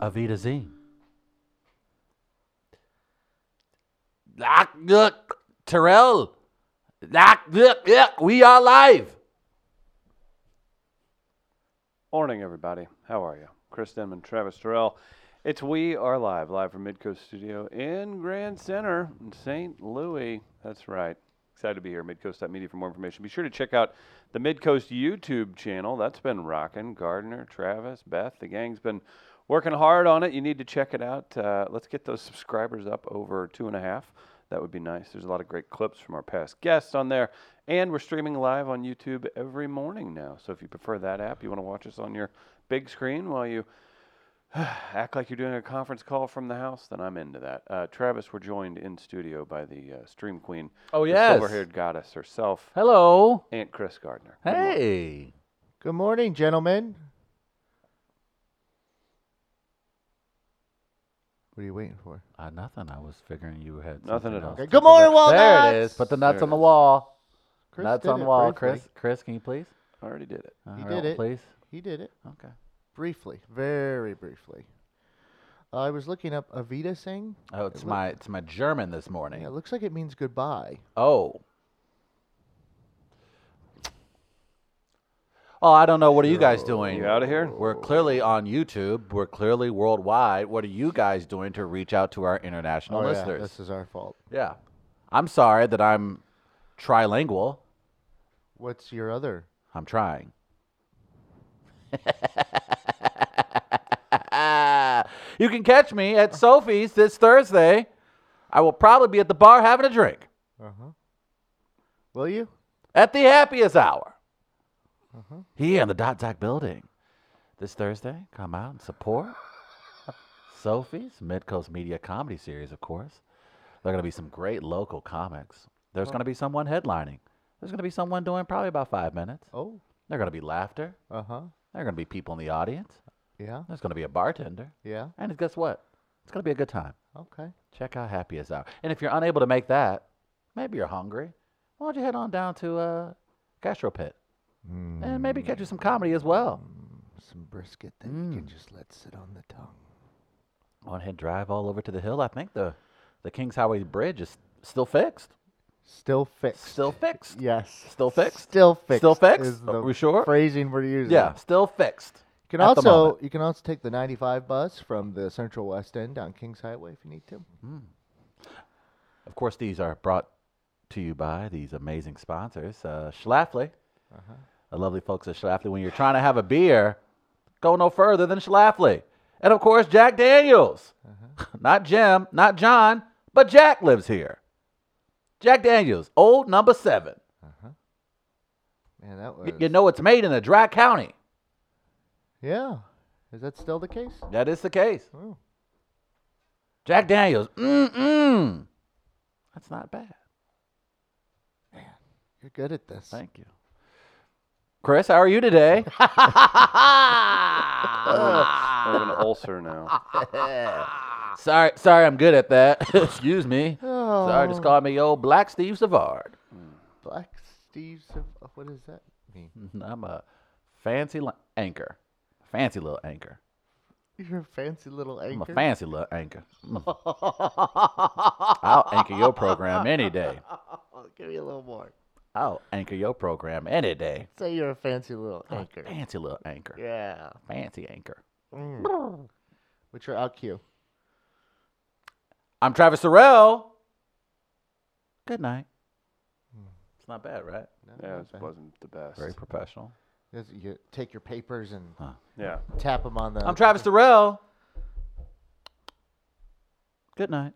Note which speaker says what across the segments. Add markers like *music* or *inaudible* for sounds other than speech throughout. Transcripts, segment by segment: Speaker 1: Avidazine. Look, Terrell. Look, look, look. We are live.
Speaker 2: Morning, everybody. How are you? Chris Denman, Travis Terrell. It's We Are Live, live from Midcoast Studio in Grand Center in St. Louis. That's right. Excited to be here. Midcoast.media for more information. Be sure to check out the Midcoast YouTube channel. That's been rocking. Gardner, Travis, Beth, the gang's been working hard on it. You need to check it out. Uh, let's get those subscribers up over two and a half. That would be nice. There's a lot of great clips from our past guests on there. And we're streaming live on YouTube every morning now. So if you prefer that app, you want to watch us on your big screen while you *sighs* act like you're doing a conference call from the house, then I'm into that. Uh, Travis, we're joined in studio by the uh, stream queen,
Speaker 1: Oh,
Speaker 2: the
Speaker 1: yes.
Speaker 2: silver-haired goddess herself,
Speaker 1: Hello.
Speaker 2: Aunt Chris Gardner. Good morning.
Speaker 1: Hey.
Speaker 3: Good morning, gentlemen. What are you waiting for?
Speaker 1: Uh, nothing. I was figuring you had
Speaker 2: Nothing
Speaker 1: something
Speaker 2: at all.
Speaker 1: else
Speaker 3: Okay,
Speaker 1: to
Speaker 3: good
Speaker 1: do.
Speaker 3: morning, Walnuts!
Speaker 1: There it is. Put the
Speaker 2: There
Speaker 1: nuts
Speaker 2: it
Speaker 1: on the
Speaker 2: is.
Speaker 1: wall.
Speaker 3: Chris
Speaker 1: nuts
Speaker 3: did
Speaker 1: on the
Speaker 3: it
Speaker 1: wall,
Speaker 3: briefly.
Speaker 1: Chris. Chris, can you please?
Speaker 2: I already did it.
Speaker 1: Uh,
Speaker 3: He
Speaker 1: Earl,
Speaker 3: did it.
Speaker 1: Please.
Speaker 3: He did it
Speaker 1: Okay.
Speaker 3: briefly, very briefly. I was looking up Avita Singh.
Speaker 1: Oh, it's my it's my German this morning.
Speaker 3: Yeah, it looks like it means goodbye.
Speaker 1: Oh. Oh, I don't know. What are you guys doing?
Speaker 2: You outta here?
Speaker 1: We're clearly on YouTube. We're clearly worldwide. What are you guys doing to reach out to our international
Speaker 3: Oh, yeah,
Speaker 1: listeners?
Speaker 3: this is our fault.
Speaker 1: yeah. I'm sorry that I'm trilingual.
Speaker 3: What's your other?
Speaker 1: I'm trying. *laughs* you can catch me at Sophie's this Thursday. I will probably be at the bar having a drink
Speaker 3: Uh huh. Will you?
Speaker 1: at the happiest hour here in the Dot Doc building. This Thursday, come out and support Sophie's Midcoast Media Comedy Series, of course. There are going to be some great local comics. There's going to be someone headlining. There's going to be someone doing probably about five minutes.
Speaker 3: Oh.
Speaker 1: There's going to be laughter.
Speaker 3: Uh huh.
Speaker 1: There are going to be people in the audience.
Speaker 3: Yeah.
Speaker 1: There's going to be a bartender.
Speaker 3: Yeah.
Speaker 1: And guess what? It's going to be a good time.
Speaker 3: Okay.
Speaker 1: Check out Happy as Hour. And if you're unable to make that, maybe you're hungry. Why don't you head on down to uh, Gastro Pit and maybe catch you some comedy as well.
Speaker 3: Some brisket that you
Speaker 1: Mm.
Speaker 3: can just let sit on the tongue.
Speaker 1: Go ahead and drive all over to the hill. I think the, the Kings Highway Bridge is still fixed.
Speaker 3: Still fixed.
Speaker 1: Still fixed.
Speaker 3: Yes.
Speaker 1: Still fixed?
Speaker 3: Still fixed.
Speaker 1: Still fixed?
Speaker 3: Is
Speaker 1: Are
Speaker 3: the
Speaker 1: we sure?
Speaker 3: Phrasing we're using.
Speaker 1: Yeah, still fixed.
Speaker 3: You can
Speaker 1: at the
Speaker 3: also
Speaker 1: moment.
Speaker 3: you can also take the 95 bus from the Central West End down Kings Highway if you need to.
Speaker 1: Of course, these are brought to you by these amazing sponsors uh, Schlafly, the lovely folks at Schlafly. When you're trying to have a beer, go no further than Schlafly. And of course, Jack Daniels. *laughs* not Jim, not John, but Jack lives here. Jack Daniels, old number 7
Speaker 3: Man, that was
Speaker 1: Y- you know, it's made in a dry county.
Speaker 3: Yeah. Is that still the case?
Speaker 1: That is the case.
Speaker 3: Oh.
Speaker 1: Jack Daniels, mm-mm. That's not bad.
Speaker 3: You're good at this.
Speaker 1: Thank you. Chris, how are you today? *laughs* Ah.
Speaker 2: I have an ulcer
Speaker 1: *laughs*
Speaker 2: now.
Speaker 1: sorry, sorry, I'm good at that. *laughs* Excuse me. Sorry, just
Speaker 3: Oh.
Speaker 1: call me old Black Steve Savard. *laughs*
Speaker 3: Black Steve Sav- what does that mean? *laughs*
Speaker 1: I'm a fancy li- anchor, fancy little anchor.
Speaker 3: You're a fancy little
Speaker 1: I'm
Speaker 3: anchor.
Speaker 1: a fancy little anchor. I'm a- I'll anchor your program any day.
Speaker 3: Oh, *laughs* give me a little more.
Speaker 1: I'll anchor your program any day.
Speaker 3: Say you're a fancy little anchor.
Speaker 1: Fancy little anchor.
Speaker 3: Yeah.
Speaker 1: Fancy anchor.
Speaker 3: Mm. What's your out cue?
Speaker 1: I'm Travis Sorrell. Good night. It's not bad, right?
Speaker 3: No,
Speaker 2: Yeah,
Speaker 3: not
Speaker 2: it
Speaker 3: bad.
Speaker 2: wasn't the best.
Speaker 1: Very professional.
Speaker 3: Yes, You take your papers and
Speaker 2: Yeah.
Speaker 3: tap them on the.
Speaker 1: I'm Travis Sorrell. Good night.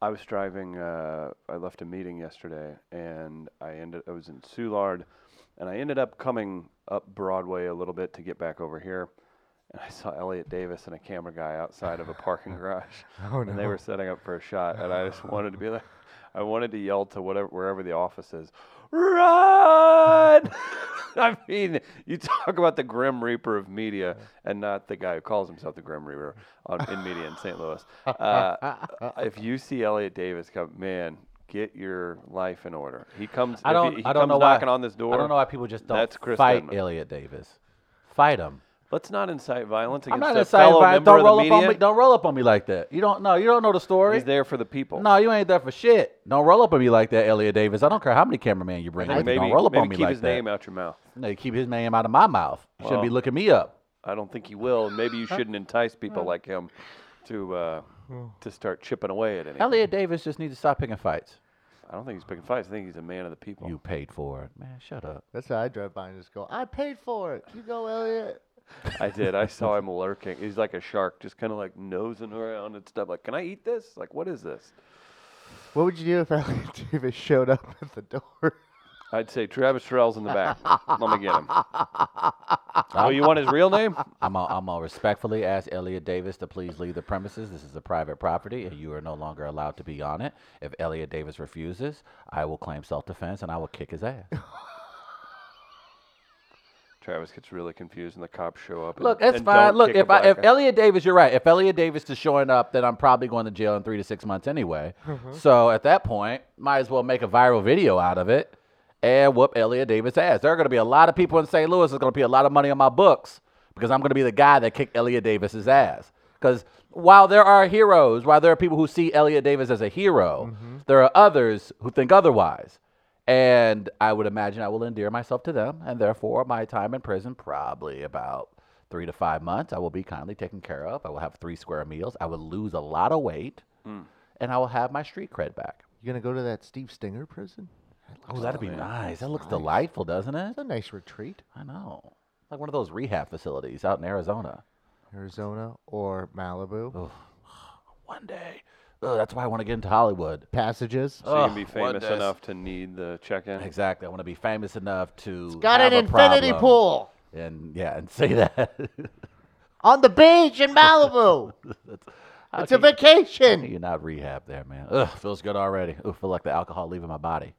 Speaker 2: I was driving. Uh, I left a meeting yesterday, and I ended. I was in Soulard, and I ended up coming up Broadway a little bit to get back over here. And I saw Elliot Davis and a camera guy outside of
Speaker 1: *laughs*
Speaker 2: a parking garage,
Speaker 3: Oh,
Speaker 2: and they were setting up for a shot. And I just wanted to be like, I wanted to yell to whatever wherever the office is, run! *laughs* I mean, you talk about the Grim Reaper of media, and not the guy who calls himself the Grim Reaper on, in media in St.
Speaker 1: *laughs*
Speaker 2: Louis. Uh, if you see Elliot Davis come, man, get your life in order. He comes.
Speaker 1: I
Speaker 2: if
Speaker 1: don't.
Speaker 2: He, he
Speaker 1: I don't
Speaker 2: comes
Speaker 1: know
Speaker 2: knocking
Speaker 1: why,
Speaker 2: on this door.
Speaker 1: I don't know why people just don't
Speaker 2: That's Chris
Speaker 1: fight
Speaker 2: Denman.
Speaker 1: Elliot Davis. Fight him.
Speaker 2: Let's not incite violence
Speaker 1: I'm
Speaker 2: against
Speaker 1: not
Speaker 2: a
Speaker 1: excited.
Speaker 2: fellow
Speaker 1: About,
Speaker 2: member
Speaker 1: don't roll
Speaker 2: of the
Speaker 1: up on me.
Speaker 2: media.
Speaker 1: Don't roll up on me like that. You don't know. You don't know the story.
Speaker 2: He's there for the people.
Speaker 1: No, you ain't there for shit. Don't roll up on me like that, Elliot Davis. I don't care how many cameramen you bring.
Speaker 2: Hey,
Speaker 1: with you.
Speaker 2: maybe,
Speaker 1: don't roll up
Speaker 2: maybe
Speaker 1: on me
Speaker 2: keep
Speaker 1: like
Speaker 2: his
Speaker 1: that.
Speaker 2: name out your mouth.
Speaker 1: No, you keep his name out of my mouth. You shouldn't be
Speaker 2: Well.
Speaker 1: looking me up.
Speaker 2: I don't think he will. and
Speaker 1: *laughs*
Speaker 2: Maybe you shouldn't entice people like him to uh, to start chipping away at anything.
Speaker 1: Elliot Davis just needs to stop picking fights.
Speaker 2: I don't think he's picking fights. I think he's a man of the people.
Speaker 1: You paid for it, man. Shut up.
Speaker 3: That's how I drive by and just go, I paid for it. You go, Elliot.
Speaker 2: I did. I saw him lurking. He's like a shark, just kind of like nosing around and stuff. Like, can I eat this? Like, what is this?
Speaker 3: What would you do if *laughs* Elliot Davis showed up at the door?
Speaker 2: I'd say Travis Terrell's in the back. Let me
Speaker 1: *laughs*
Speaker 2: get him. Oh, you want his real name?
Speaker 1: I'm gonna I'm gonna respectfully ask Elliot Davis to please leave the premises. This is a private property, and you are no longer allowed to be on it. If Elliot Davis refuses, I will claim self-defense and I will kick his ass.
Speaker 2: Travis gets really confused, and the cops show up. and-
Speaker 1: Look, that's
Speaker 2: and
Speaker 1: fine.
Speaker 2: don't
Speaker 1: Look,
Speaker 2: kick a
Speaker 1: if I,
Speaker 2: black
Speaker 1: if
Speaker 2: guy.
Speaker 1: Elliot Davis, you're right. If Elliot Davis is showing up, then I'm probably going to jail in three to six months anyway. So at that point, might as well make a viral video out of it and whoop Elliot Davis' ass. There are going to be a lot of people in St. Louis. There's going to be a lot of money on my books because I'm going to be the guy that kicked Elliot Davis's ass. Because while there are heroes, while there are people who see Elliot Davis as a hero, there are others who think otherwise. And I would imagine I will endear myself to them, and therefore my time in prison probably about three to five months. I will be kindly taken care of. I will have three square meals. I will lose a lot of weight, and I will have my street cred back.
Speaker 3: You gonna go to that Steve Stinger prison?
Speaker 1: Oh, that'd be nice. That looks delightful, doesn't it?
Speaker 3: That's a nice retreat.
Speaker 1: I know, like one of those rehab facilities out in Arizona.
Speaker 3: Arizona or Malibu.
Speaker 1: Oh. One day, Ugh, that's why I want to get into Hollywood.
Speaker 3: Passages.
Speaker 1: Oh,
Speaker 2: so you can be
Speaker 1: Ugh, what
Speaker 2: famous
Speaker 1: does-
Speaker 2: enough to need the check-in.
Speaker 1: Exactly. I want to be famous enough to
Speaker 3: Got
Speaker 1: have a
Speaker 3: an infinity
Speaker 1: problem.
Speaker 3: pool
Speaker 1: and yeah, and say *laughs* that.
Speaker 3: on the
Speaker 1: *laughs*
Speaker 3: beach in Malibu.
Speaker 1: How
Speaker 3: it's a
Speaker 1: can you-
Speaker 3: vacation.
Speaker 1: You're not rehab there, man. Ugh, feels good already. Ugh, feel like the alcohol leaving my body.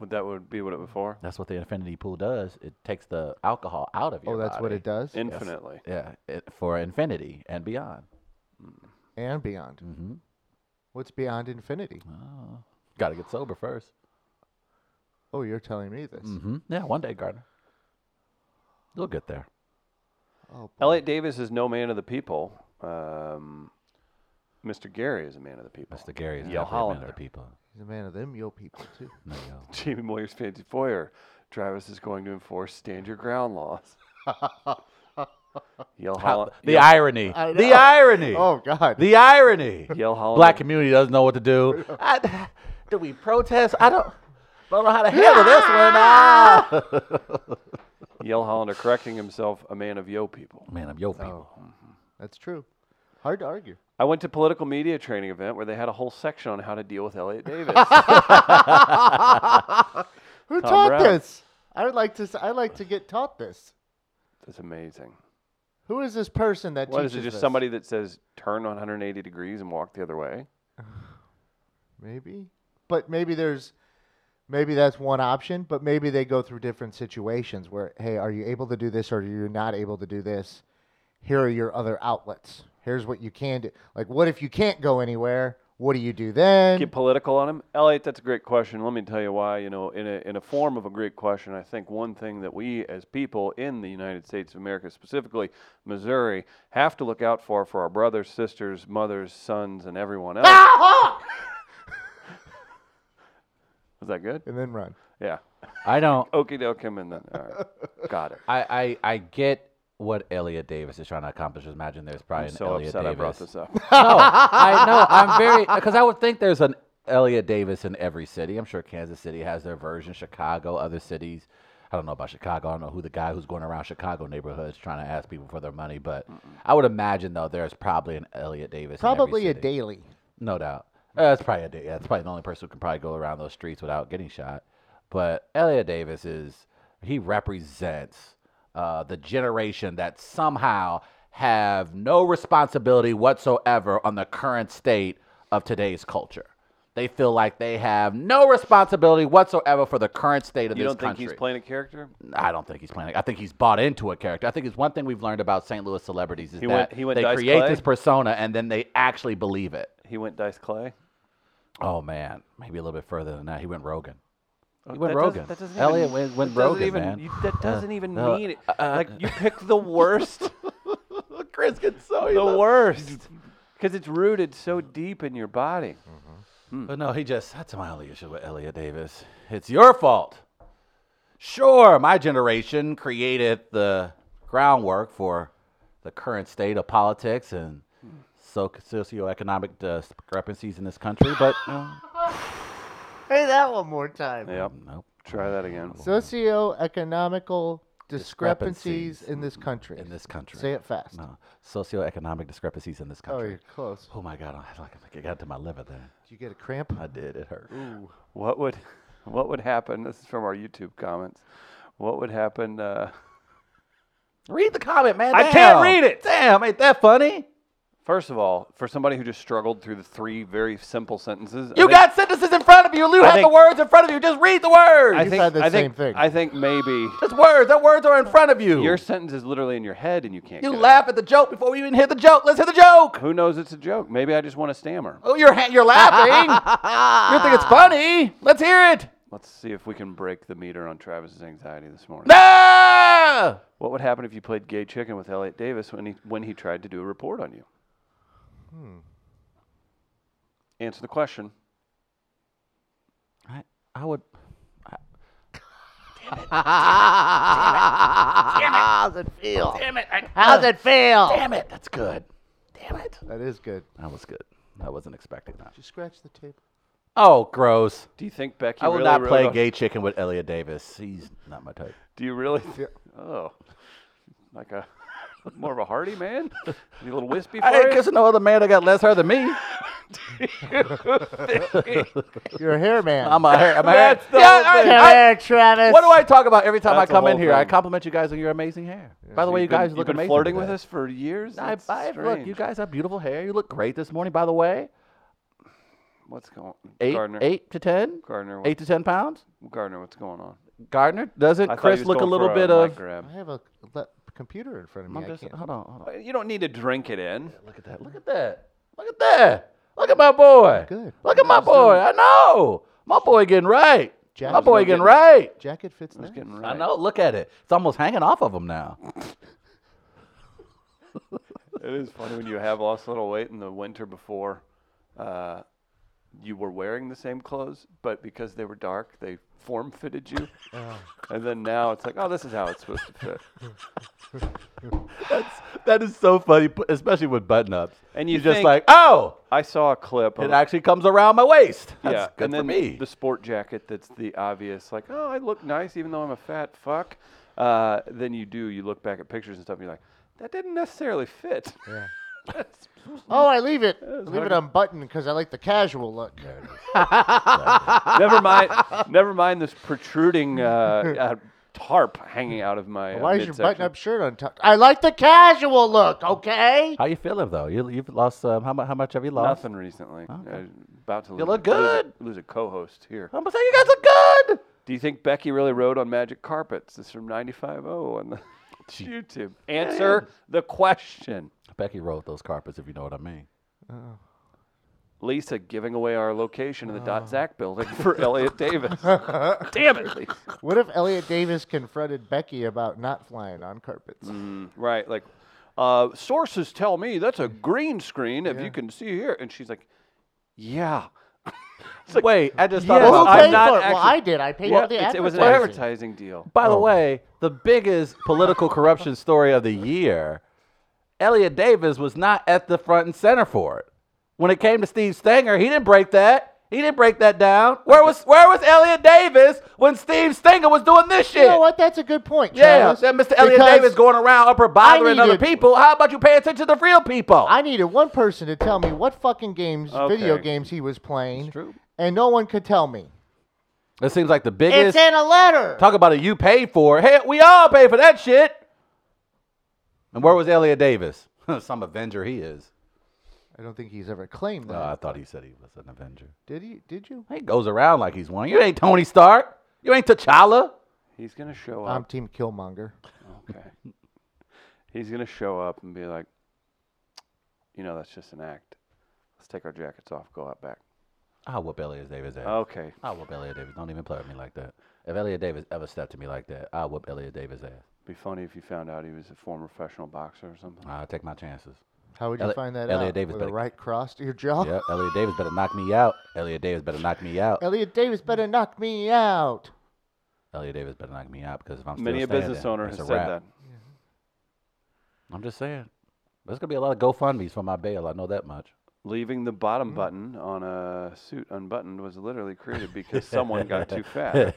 Speaker 2: Would that would be what it was for?
Speaker 1: That's what the infinity pool does. It takes the alcohol out of your
Speaker 3: oh, that's what
Speaker 1: body.
Speaker 3: it does.
Speaker 2: Infinitely.
Speaker 1: Yeah, it, for infinity and beyond.
Speaker 3: and beyond.
Speaker 1: Mhm.
Speaker 3: What's beyond infinity?
Speaker 1: Oh, got to get sober first.
Speaker 3: Oh, you're telling me this.
Speaker 1: hmm Yeah, one day, Gardner. You'll get there.
Speaker 3: Oh, boy.
Speaker 2: Elliot Davis is no man of the people. Um, Mr. Gary is a man of the people.
Speaker 1: Mr. Gary is definitely a
Speaker 2: Yo,
Speaker 1: man of
Speaker 2: Hollander.
Speaker 1: the people.
Speaker 3: he's a man of them yo people too.
Speaker 1: No, yo.
Speaker 2: *laughs* Jamie Moyer's fancy foyer. Travis is going to enforce stand your ground *laughs* laws. yell,
Speaker 1: How-
Speaker 2: Holla-
Speaker 1: the
Speaker 2: yell,
Speaker 1: irony.
Speaker 3: I
Speaker 1: The
Speaker 3: know.
Speaker 1: irony.
Speaker 3: Oh God.
Speaker 1: The
Speaker 3: *laughs*
Speaker 1: irony.
Speaker 2: yell Hollander.
Speaker 1: Black community doesn't know what to do. I, do we protest? I don't. I don't know
Speaker 3: *laughs*
Speaker 1: how to handle this one. Ah.
Speaker 2: Yell Hollander correcting himself, a man of yo people.
Speaker 1: Man, I'm yo people.
Speaker 3: That's true. Hard to argue.
Speaker 2: I went to political media training event where they had a whole section on how to deal with Elliot *laughs* Davis.
Speaker 3: Who
Speaker 2: Tom
Speaker 3: taught
Speaker 2: Brown.
Speaker 3: this? I would like to. s- I'd like to get taught this.
Speaker 2: That's amazing.
Speaker 3: Who is this person that
Speaker 2: What is
Speaker 3: teaches
Speaker 2: it? Just
Speaker 3: this?
Speaker 2: somebody that says turn 180 degrees and walk the other way?
Speaker 3: Maybe, but maybe there's, maybe that's one option. But maybe they go through different situations where, hey, are you able to do this or are you not able to do this? Here are your other outlets. Here's what you can do. Like, what if you can't go anywhere? What do you do then?
Speaker 2: get political on him? Elliot, that's a great question. Let me tell you why. You know, in a, in a form of a great question, I think one thing that we as people in the United States of America, specifically Missouri, have to look out for for our brothers, sisters, mothers, sons, and everyone else. *laughs* Was that good?
Speaker 3: and then run.
Speaker 2: Yeah.
Speaker 1: I don't.
Speaker 2: Okie doke him and then. All right. Got it.
Speaker 1: I, I I get what Elliot Davis is trying to accomplish. Just Imagine there's probably
Speaker 2: I'm
Speaker 1: an
Speaker 2: so
Speaker 1: Elliot
Speaker 2: upset
Speaker 1: Davis.
Speaker 2: I brought this up.
Speaker 1: No, I know. I'm very because I would think there's an Elliot Davis in every city. I'm sure Kansas City has their version. Chicago, other cities. I don't know about Chicago. I don't know who the guy who's going around Chicago neighborhoods trying to ask people for their money, but I would imagine though there's probably an Elliot Davis. in every
Speaker 3: Probably a
Speaker 1: city.
Speaker 3: daily.
Speaker 1: No doubt. Uh, that's probably a da- that's probably the only person who can probably go around those streets without getting shot. But Elliot Davis is he represents uh, the generation that somehow have no responsibility whatsoever on the current state of today's culture. They feel like they have no responsibility whatsoever for the current state of
Speaker 2: You
Speaker 1: this
Speaker 2: don't think
Speaker 1: country.
Speaker 2: he's playing a character?
Speaker 1: I don't think he's playing. it. I think he's bought into a character. I think it's one thing we've learned about St. Louis celebrities is
Speaker 2: He
Speaker 1: that
Speaker 2: went- he went
Speaker 1: they
Speaker 2: Dice
Speaker 1: create
Speaker 2: Clay?
Speaker 1: this persona and then they actually believe it.
Speaker 2: He went Dice Clay.
Speaker 1: Oh man, maybe a little bit further than that. He went Rogan.
Speaker 2: Oh,
Speaker 1: He went
Speaker 2: that does-
Speaker 1: Rogan.
Speaker 2: that doesn't
Speaker 1: Elliot
Speaker 2: even-
Speaker 1: went- went
Speaker 2: that doesn't
Speaker 1: Rogan,
Speaker 2: even-
Speaker 1: man.
Speaker 2: you- that doesn't even
Speaker 1: no,
Speaker 2: mean it.
Speaker 1: uh, uh,
Speaker 2: like you pick the worst,
Speaker 1: *laughs* Chris gets so he
Speaker 2: the
Speaker 1: loves-
Speaker 2: worst, because it's rooted so deep in your body.
Speaker 1: Mm-hmm. Mm. But no, he just that's my only issue with Elliot Davis. It's your fault. Sure, my generation created the groundwork for the current state of politics and so socioeconomic discrepancies in this country,
Speaker 2: *laughs*
Speaker 1: but no,
Speaker 3: Hey, that one more time.
Speaker 2: Yep.
Speaker 1: nope.
Speaker 2: Try that again.
Speaker 3: Socio-economical discrepancies,
Speaker 1: Discrepancies
Speaker 3: in this country.
Speaker 1: in this country.
Speaker 3: Say it fast.
Speaker 1: No, socioeconomic discrepancies in this
Speaker 3: Oh, you're
Speaker 1: country.
Speaker 3: close.
Speaker 1: Oh, my God, I had like I got to my liver then.
Speaker 3: Did you get a cramp?
Speaker 1: I did. It hurt.
Speaker 2: What would, *laughs* what would happen? This is from our YouTube comments. What would happen? Uh,
Speaker 1: Read the comment, man.
Speaker 2: I can't
Speaker 1: damn.
Speaker 2: read it.
Speaker 1: Damn, ain't that funny?
Speaker 2: first of all, for somebody who just struggled through the three very simple sentences, I
Speaker 1: You
Speaker 2: think-
Speaker 1: got sentences in front of you. You
Speaker 2: I
Speaker 1: have the
Speaker 2: think-
Speaker 1: words in front of you. Just read the words.
Speaker 2: I
Speaker 3: You've
Speaker 2: think
Speaker 3: had the
Speaker 2: I
Speaker 3: same
Speaker 2: think,
Speaker 3: thing.
Speaker 2: I think maybe
Speaker 1: That's words. That words are in front of you.
Speaker 2: your sentence is literally in your head and you can't.
Speaker 1: you
Speaker 2: get it
Speaker 1: laugh at the joke before we even hear the joke. Let's hear the joke.
Speaker 2: out. Who knows? It's a joke. Maybe I just want to stammer.
Speaker 1: Oh, you're ha- you're laughing. *laughs* you think it's funny. Let's hear it.
Speaker 2: Let's see if we can break the meter on Travis's anxiety this morning.
Speaker 1: No.
Speaker 2: What would happen if you played gay chicken with Elliot Davis when he when he tried to do a report on you?
Speaker 1: Hmm.
Speaker 2: Answer the question.
Speaker 1: I, I would. Ah,
Speaker 3: How's it feel? Damn it! How's it feel?
Speaker 1: Damn it. That's good. Damn it.
Speaker 3: That is good.
Speaker 1: That was good. I wasn't expecting that.
Speaker 3: Just scratch the table.
Speaker 1: Oh, gross.
Speaker 2: Do you think Becky?
Speaker 1: I would
Speaker 2: really
Speaker 1: not
Speaker 2: wrote
Speaker 1: play
Speaker 2: on-
Speaker 1: gay chicken with Elliot Davis. He's not my type.
Speaker 2: Do you
Speaker 1: *laughs*
Speaker 2: really? th- Oh, like a more of a hardy
Speaker 1: *laughs*
Speaker 2: man? You a little wispy for
Speaker 1: I ain't
Speaker 2: you?
Speaker 1: kissing no other man that got less hair than me.
Speaker 3: You're
Speaker 1: *laughs*
Speaker 3: a hair man.
Speaker 1: I'm a hair. I'm a hair.
Speaker 2: That's the
Speaker 1: Yeah,
Speaker 2: whole
Speaker 1: I-
Speaker 3: Come
Speaker 2: thing.
Speaker 1: I-
Speaker 3: here, Travis.
Speaker 1: What do I talk about every time
Speaker 2: That's
Speaker 1: I
Speaker 2: the
Speaker 1: come in
Speaker 2: whole
Speaker 1: here? I
Speaker 2: thing.
Speaker 1: compliment you guys on your amazing hair. By the way, you
Speaker 2: You've been-
Speaker 1: guys look
Speaker 2: you've been
Speaker 1: amazing.
Speaker 2: flirting with
Speaker 1: today.
Speaker 2: us for years.
Speaker 1: I,
Speaker 2: That's
Speaker 1: I, look, you
Speaker 2: strange.
Speaker 1: guys have beautiful hair. You look great this morning. By the way,
Speaker 2: What's going?
Speaker 1: eight,
Speaker 2: Gardner.
Speaker 1: eight to ten,
Speaker 2: Gardner. What,
Speaker 1: eight to ten pounds.
Speaker 2: Gardner. What's going on?
Speaker 1: Gardner doesn't
Speaker 2: I thought he
Speaker 1: Chris
Speaker 2: was
Speaker 1: look a
Speaker 2: going
Speaker 1: little
Speaker 2: for
Speaker 1: bit
Speaker 2: mic
Speaker 1: of?
Speaker 2: grab.
Speaker 3: I have a le- computer in front of me.
Speaker 1: I'm
Speaker 3: I
Speaker 1: just,
Speaker 3: can't.
Speaker 1: hold on, hold on.
Speaker 2: You don't need to drink it in.
Speaker 1: Look at that. Look at that. Look at that. Look at my boy.
Speaker 3: Good.
Speaker 1: Look at my boy. I know. My boy getting right.
Speaker 3: Jack
Speaker 1: my
Speaker 3: was
Speaker 1: boy
Speaker 3: not
Speaker 1: getting
Speaker 3: getting-
Speaker 1: right.
Speaker 3: Jacket fits nice.
Speaker 2: Getting
Speaker 1: I
Speaker 2: right.
Speaker 1: know. Look at it. It's almost hanging off of him now. *laughs*
Speaker 2: It is funny when you have lost a little weight in the winter before. Uh, you were wearing the same clothes, but because they were dark, they form fitted you.
Speaker 1: Uh-huh.
Speaker 2: And then now it's like, oh, this is how it's supposed to fit.
Speaker 1: That's that is so funny, p- especially with button ups.
Speaker 2: And you
Speaker 1: you're just
Speaker 2: think-
Speaker 1: like, oh,
Speaker 2: I saw a clip. Of,
Speaker 1: it actually comes around my waist. That's
Speaker 2: yeah,
Speaker 1: good
Speaker 2: and
Speaker 1: for
Speaker 2: then
Speaker 1: me.
Speaker 2: the sport jacket that's the obvious, like, oh, I look nice even though I'm a fat fuck. Uh, then you do, you look back at pictures and stuff, and you're like, that didn't necessarily fit.
Speaker 3: Yeah.
Speaker 2: *laughs* That's-
Speaker 3: Oh, I leave it. Leave it unbuttoned because I like the casual look.
Speaker 2: never mind. Never mind this protruding uh, uh, tarp hanging out of my. Uh,
Speaker 3: Why is your
Speaker 2: midsection.
Speaker 3: button-up shirt untucked? I like the casual look. Okay.
Speaker 1: how you feeling though? You you've lost um, how much? How much have you lost?
Speaker 2: Nothing recently. Uh, about to lose,
Speaker 1: look
Speaker 2: lose a-
Speaker 1: good.
Speaker 2: Lose a, co-host here.
Speaker 1: I'm saying you guys look good.
Speaker 2: Do you think Becky really rode on magic carpets? This is from 95.0 on
Speaker 3: *laughs*
Speaker 2: the YouTube. Answer the question.
Speaker 1: Becky rolled those carpets, if you know what I mean.
Speaker 2: Lisa giving away our location in the
Speaker 3: Oh.
Speaker 2: Dot Zach building
Speaker 3: *laughs*
Speaker 2: for Elliot Davis. Damn it, Lisa.
Speaker 3: What if Elliot Davis confronted Becky about not flying on carpets?
Speaker 2: Mm, right, like uh, sources tell me that's a green screen. If you can see here, and she's like, "Yeah,
Speaker 1: Wait, I just
Speaker 2: Yeah.
Speaker 1: thought
Speaker 2: Well,
Speaker 1: about.
Speaker 3: Who
Speaker 2: I'm
Speaker 3: paid
Speaker 2: not
Speaker 3: for it?
Speaker 2: actually-
Speaker 3: well, I did. I paid
Speaker 2: Well,
Speaker 3: for the
Speaker 2: it's-
Speaker 3: advertising.
Speaker 2: it was an advertising deal."
Speaker 1: By
Speaker 3: Oh.
Speaker 1: the way, the biggest political corruption story of the year, Elliot Davis was not at the front and center for it. When it came to Steve Stenger, he didn't break that. He didn't break that down. Where was where was Elliot Davis when Steve Stenger was doing this shit?
Speaker 3: You know what? That's a good point.
Speaker 1: Yeah,
Speaker 3: Travis,
Speaker 1: that Mr. Elliot
Speaker 3: because
Speaker 1: Davis going around upper bothering other
Speaker 3: needed-
Speaker 1: people. How about you pay attention to the real people?
Speaker 3: I needed one person to tell me what fucking games, video
Speaker 2: Okay.
Speaker 3: games he was playing,
Speaker 1: true.
Speaker 3: and no one could tell me.
Speaker 1: it seems like the biggest
Speaker 3: It's in a letter.
Speaker 1: talk about it. You paid for. it. Hey, we all pay for that shit. And where was Elliot Davis? *laughs* Some Avenger he is.
Speaker 3: I don't think he's ever claimed that.
Speaker 1: No, Uh, I thought he said he was an Avenger.
Speaker 3: did he? Did you?
Speaker 1: He goes around like he's one. You ain't Tony Stark. You ain't T'Challa.
Speaker 2: He's gonna show
Speaker 3: I'm
Speaker 1: Um,
Speaker 2: up.
Speaker 3: Team Killmonger.
Speaker 2: okay. He's gonna show up and be like, "You know, that's just an act. Let's take our jackets off, go out back."
Speaker 1: I'll whoop Elliot Davis ass.
Speaker 2: Okay.
Speaker 1: I'll whoop Elliot Davis. Don't even play with me like that. If Elliot Davis ever stepped to me like that, I'll whoop Elliot Davis ass.
Speaker 2: Be funny if you found out he was a former professional boxer or something.
Speaker 1: I'll take my chances.
Speaker 3: How would you
Speaker 1: Elliot-
Speaker 3: find that
Speaker 1: Elliot
Speaker 3: out?
Speaker 1: Davis
Speaker 3: With a
Speaker 1: better-
Speaker 3: right cross to your
Speaker 2: Oh.
Speaker 3: jaw?
Speaker 1: Yep, Elliot Davis better knock me out. Elliot Davis better knock me out.
Speaker 3: Elliot Davis better knock me out.
Speaker 1: Elliot Davis better knock me out because if I'm still
Speaker 2: Many a
Speaker 1: standing,
Speaker 2: business owner
Speaker 1: it's
Speaker 2: has
Speaker 1: a
Speaker 2: said
Speaker 1: wrap.
Speaker 2: that.
Speaker 1: I'm just saying. There's gonna be a lot of GoFundmes for my bail. I know that much.
Speaker 2: Leaving the
Speaker 1: Mm-hmm.
Speaker 2: bottom button on a suit unbuttoned was literally created
Speaker 1: *laughs*
Speaker 2: because someone got too fat.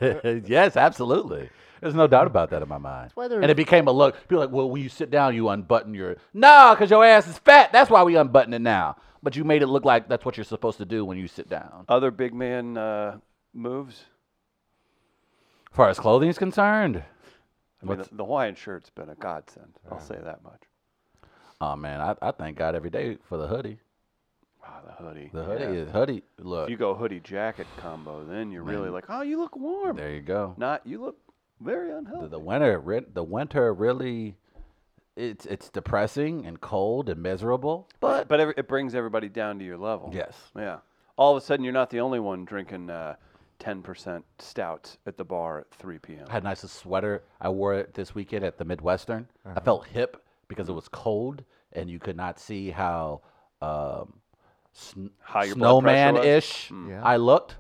Speaker 1: yes, absolutely. There's no doubt about that in my mind.
Speaker 3: why they're-
Speaker 1: And it became a look. People are like, well, when you sit down, you unbutton your. No, because your ass is fat. That's why we unbutton it now. But you made it look like that's what you're supposed to do when you sit down.
Speaker 2: Other big man uh, moves.
Speaker 1: As far as clothing is concerned,
Speaker 2: I mean, the,
Speaker 1: What's-
Speaker 2: the Hawaiian shirt's been a godsend. I'll say that much.
Speaker 1: oh man, I, I thank God every day for the hoodie.
Speaker 2: Wow, the hoodie.
Speaker 1: The hoodie
Speaker 2: Yeah.
Speaker 1: is hoodie. Look,
Speaker 2: If you go hoodie jacket combo, then you're really
Speaker 1: Man.
Speaker 2: like, oh, you look warm.
Speaker 1: there you go.
Speaker 2: Not you look very
Speaker 1: The,
Speaker 2: unhealthy.
Speaker 1: the winter, re- the winter really, it's it's depressing and cold and miserable. But
Speaker 2: but every, it brings everybody down to your level.
Speaker 1: yes,
Speaker 2: Yeah. All of a sudden, you're not the only one drinking uh, 10% stouts at the bar at 3 p.m.
Speaker 1: I had a nice sweater. I wore it this weekend at the Midwestern.
Speaker 3: Uh-huh.
Speaker 1: I felt hip because it was cold and you could not see how um, sn-
Speaker 2: How your blood pressure
Speaker 1: snowman
Speaker 2: was? Mm.
Speaker 1: ish
Speaker 3: Yeah.
Speaker 1: I looked.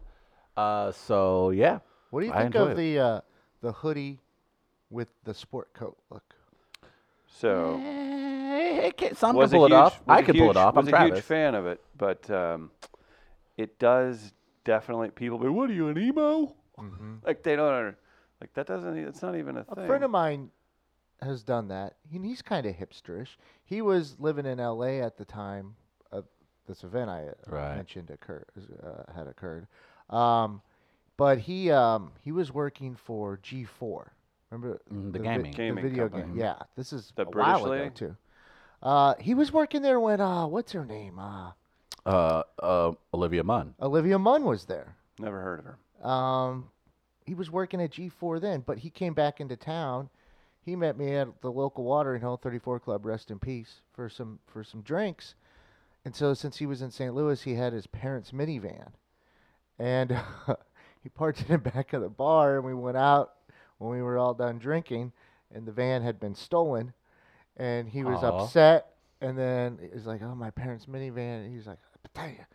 Speaker 1: Uh, so yeah,
Speaker 3: What do you
Speaker 1: I
Speaker 3: think
Speaker 1: enjoy
Speaker 3: of
Speaker 1: it.
Speaker 3: the uh, the hoodie with the sport coat look?
Speaker 2: So.
Speaker 1: Eh, it can- some can
Speaker 2: was a
Speaker 1: pull it
Speaker 2: huge-
Speaker 1: off.
Speaker 2: was
Speaker 1: I
Speaker 2: a
Speaker 1: can pull
Speaker 2: huge-
Speaker 1: it off.
Speaker 2: Was
Speaker 1: I'm
Speaker 2: a
Speaker 1: Travis.
Speaker 2: huge fan of it, but um, it does definitely people. But what are you an emo?
Speaker 1: Mm-hmm.
Speaker 2: Like they don't under- like that doesn't. e- It's not even a thing.
Speaker 3: A friend of mine has done that, and he's kind of hipsterish. He was living in L.A. at the time of this event I uh,
Speaker 1: Right.
Speaker 3: mentioned occur- uh, had occurred. Um, but he um, he was working for G4. Remember
Speaker 1: Mm, the
Speaker 3: vi-
Speaker 1: gaming. Mm-hmm.
Speaker 2: Gaming
Speaker 3: the video
Speaker 2: company.
Speaker 3: game. Yeah, this is
Speaker 2: The
Speaker 3: a
Speaker 2: British
Speaker 3: while ago
Speaker 2: lady?
Speaker 3: too. Uh, he was working there when uh, what's her name? Uh,
Speaker 1: Uh, uh, Olivia Munn.
Speaker 3: Olivia Munn was there.
Speaker 2: Never heard of her.
Speaker 3: Um, he was working at G4 then, but he came back into town. He met me at the local watering hole 34 Club, rest in peace, for some for some drinks. And so since he was in St. Louis, he had his parents' minivan, and *laughs* he parked it in the back of the bar. And we went out when we were all done drinking, and the van had been stolen, and he was
Speaker 1: Aw.
Speaker 3: upset. And then he's like, "Oh, my parents' minivan." And he's like, "I tell you,"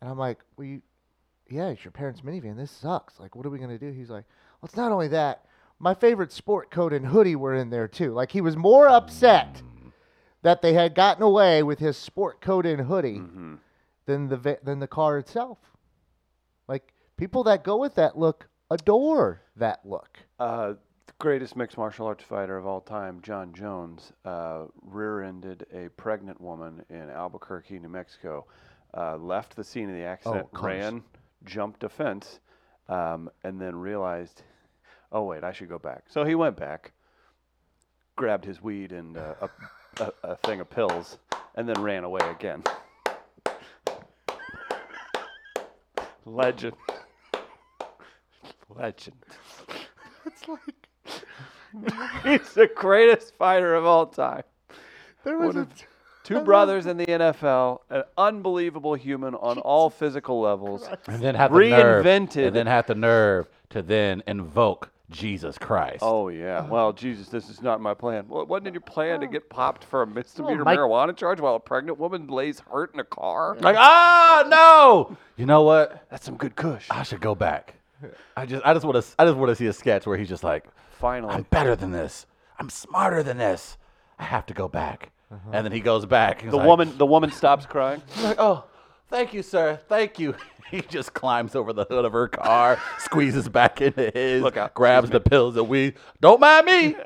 Speaker 3: and I'm like, "Well, you, yeah, it's your parents' minivan. This sucks. Like, what are we gonna do? He's like, well, it's not only that. My favorite sport coat and hoodie were in there too. Like, he was more upset that they had gotten away with his sport coat and hoodie
Speaker 1: Mm-hmm.
Speaker 2: Mhm.
Speaker 3: than the va- than the car itself. Like, people that go with that look adore that look.
Speaker 2: Uh, the greatest mixed martial arts fighter of all time, John Jones, uh, rear-ended a pregnant woman in Albuquerque, New Mexico. Uh, left the scene of the accident,
Speaker 3: course.
Speaker 2: ran, jumped a fence, um, and then realized, oh wait, I should go back. So he went back, grabbed his weed and uh, a, a, a thing of pills, and then ran away again. *laughs* Legend. *laughs* Legend.
Speaker 3: It's
Speaker 2: *laughs*
Speaker 3: like
Speaker 2: He's the greatest fighter of all time.
Speaker 3: there
Speaker 2: was a- Two brothers in the NFL, an unbelievable human on all physical levels.
Speaker 1: And then have the nerve.
Speaker 2: Reinvented.
Speaker 1: And then have the nerve to then invoke Jesus Christ.
Speaker 2: Oh yeah. Well, Jesus, this is not my plan. Well, wasn't it your plan to get popped for a misdemeanor
Speaker 3: Mike-
Speaker 2: marijuana charge while a pregnant woman lays hurt in a car?
Speaker 1: Like, ah, no. You know what?
Speaker 2: That's some good kush.
Speaker 1: I should go back. I just I just want to I just want to see a sketch where he's just like,
Speaker 2: Finally,
Speaker 1: I'm better than this. I'm smarter than this. I have to go back. And then he goes back. and
Speaker 2: the
Speaker 1: he's like-
Speaker 2: woman, the woman stops crying.
Speaker 1: he's like, oh, thank you, sir. Thank you. He just climbs over the hood of her car, squeezes back into his,
Speaker 2: Look out,
Speaker 1: grabs the pills that we don't mind me.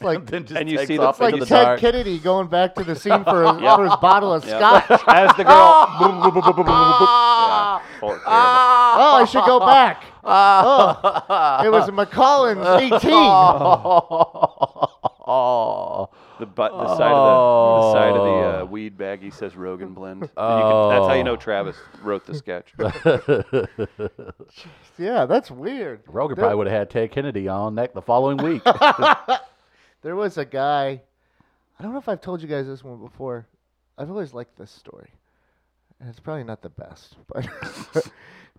Speaker 1: *laughs*
Speaker 3: like
Speaker 1: Then just
Speaker 2: And you
Speaker 1: takes
Speaker 2: see the-
Speaker 1: off
Speaker 3: it's like
Speaker 1: into the
Speaker 3: Ted
Speaker 1: dark.
Speaker 3: Kennedy going back to the
Speaker 1: *laughs*
Speaker 3: scene for his, for his bottle of
Speaker 2: Yeah.
Speaker 3: scotch.
Speaker 2: As the girl. *laughs* Yeah. Oh, terrible.
Speaker 3: Oh, I should
Speaker 1: *laughs*
Speaker 3: go back. Oh, it was McCollin's 18.
Speaker 1: oh.
Speaker 2: The, but, the side of the, the side of the uh, weed baggie says Rogan blend. And you can, that's how you know
Speaker 1: Oh.
Speaker 2: Travis wrote the *laughs* sketch.
Speaker 3: Yeah, that's weird.
Speaker 1: Rogan
Speaker 3: There-
Speaker 1: probably would have had Ted Kennedy on that the following week.
Speaker 3: There was a guy. I don't know if I've told you guys this one before. I've always liked this story, and it's probably not the best, *laughs* but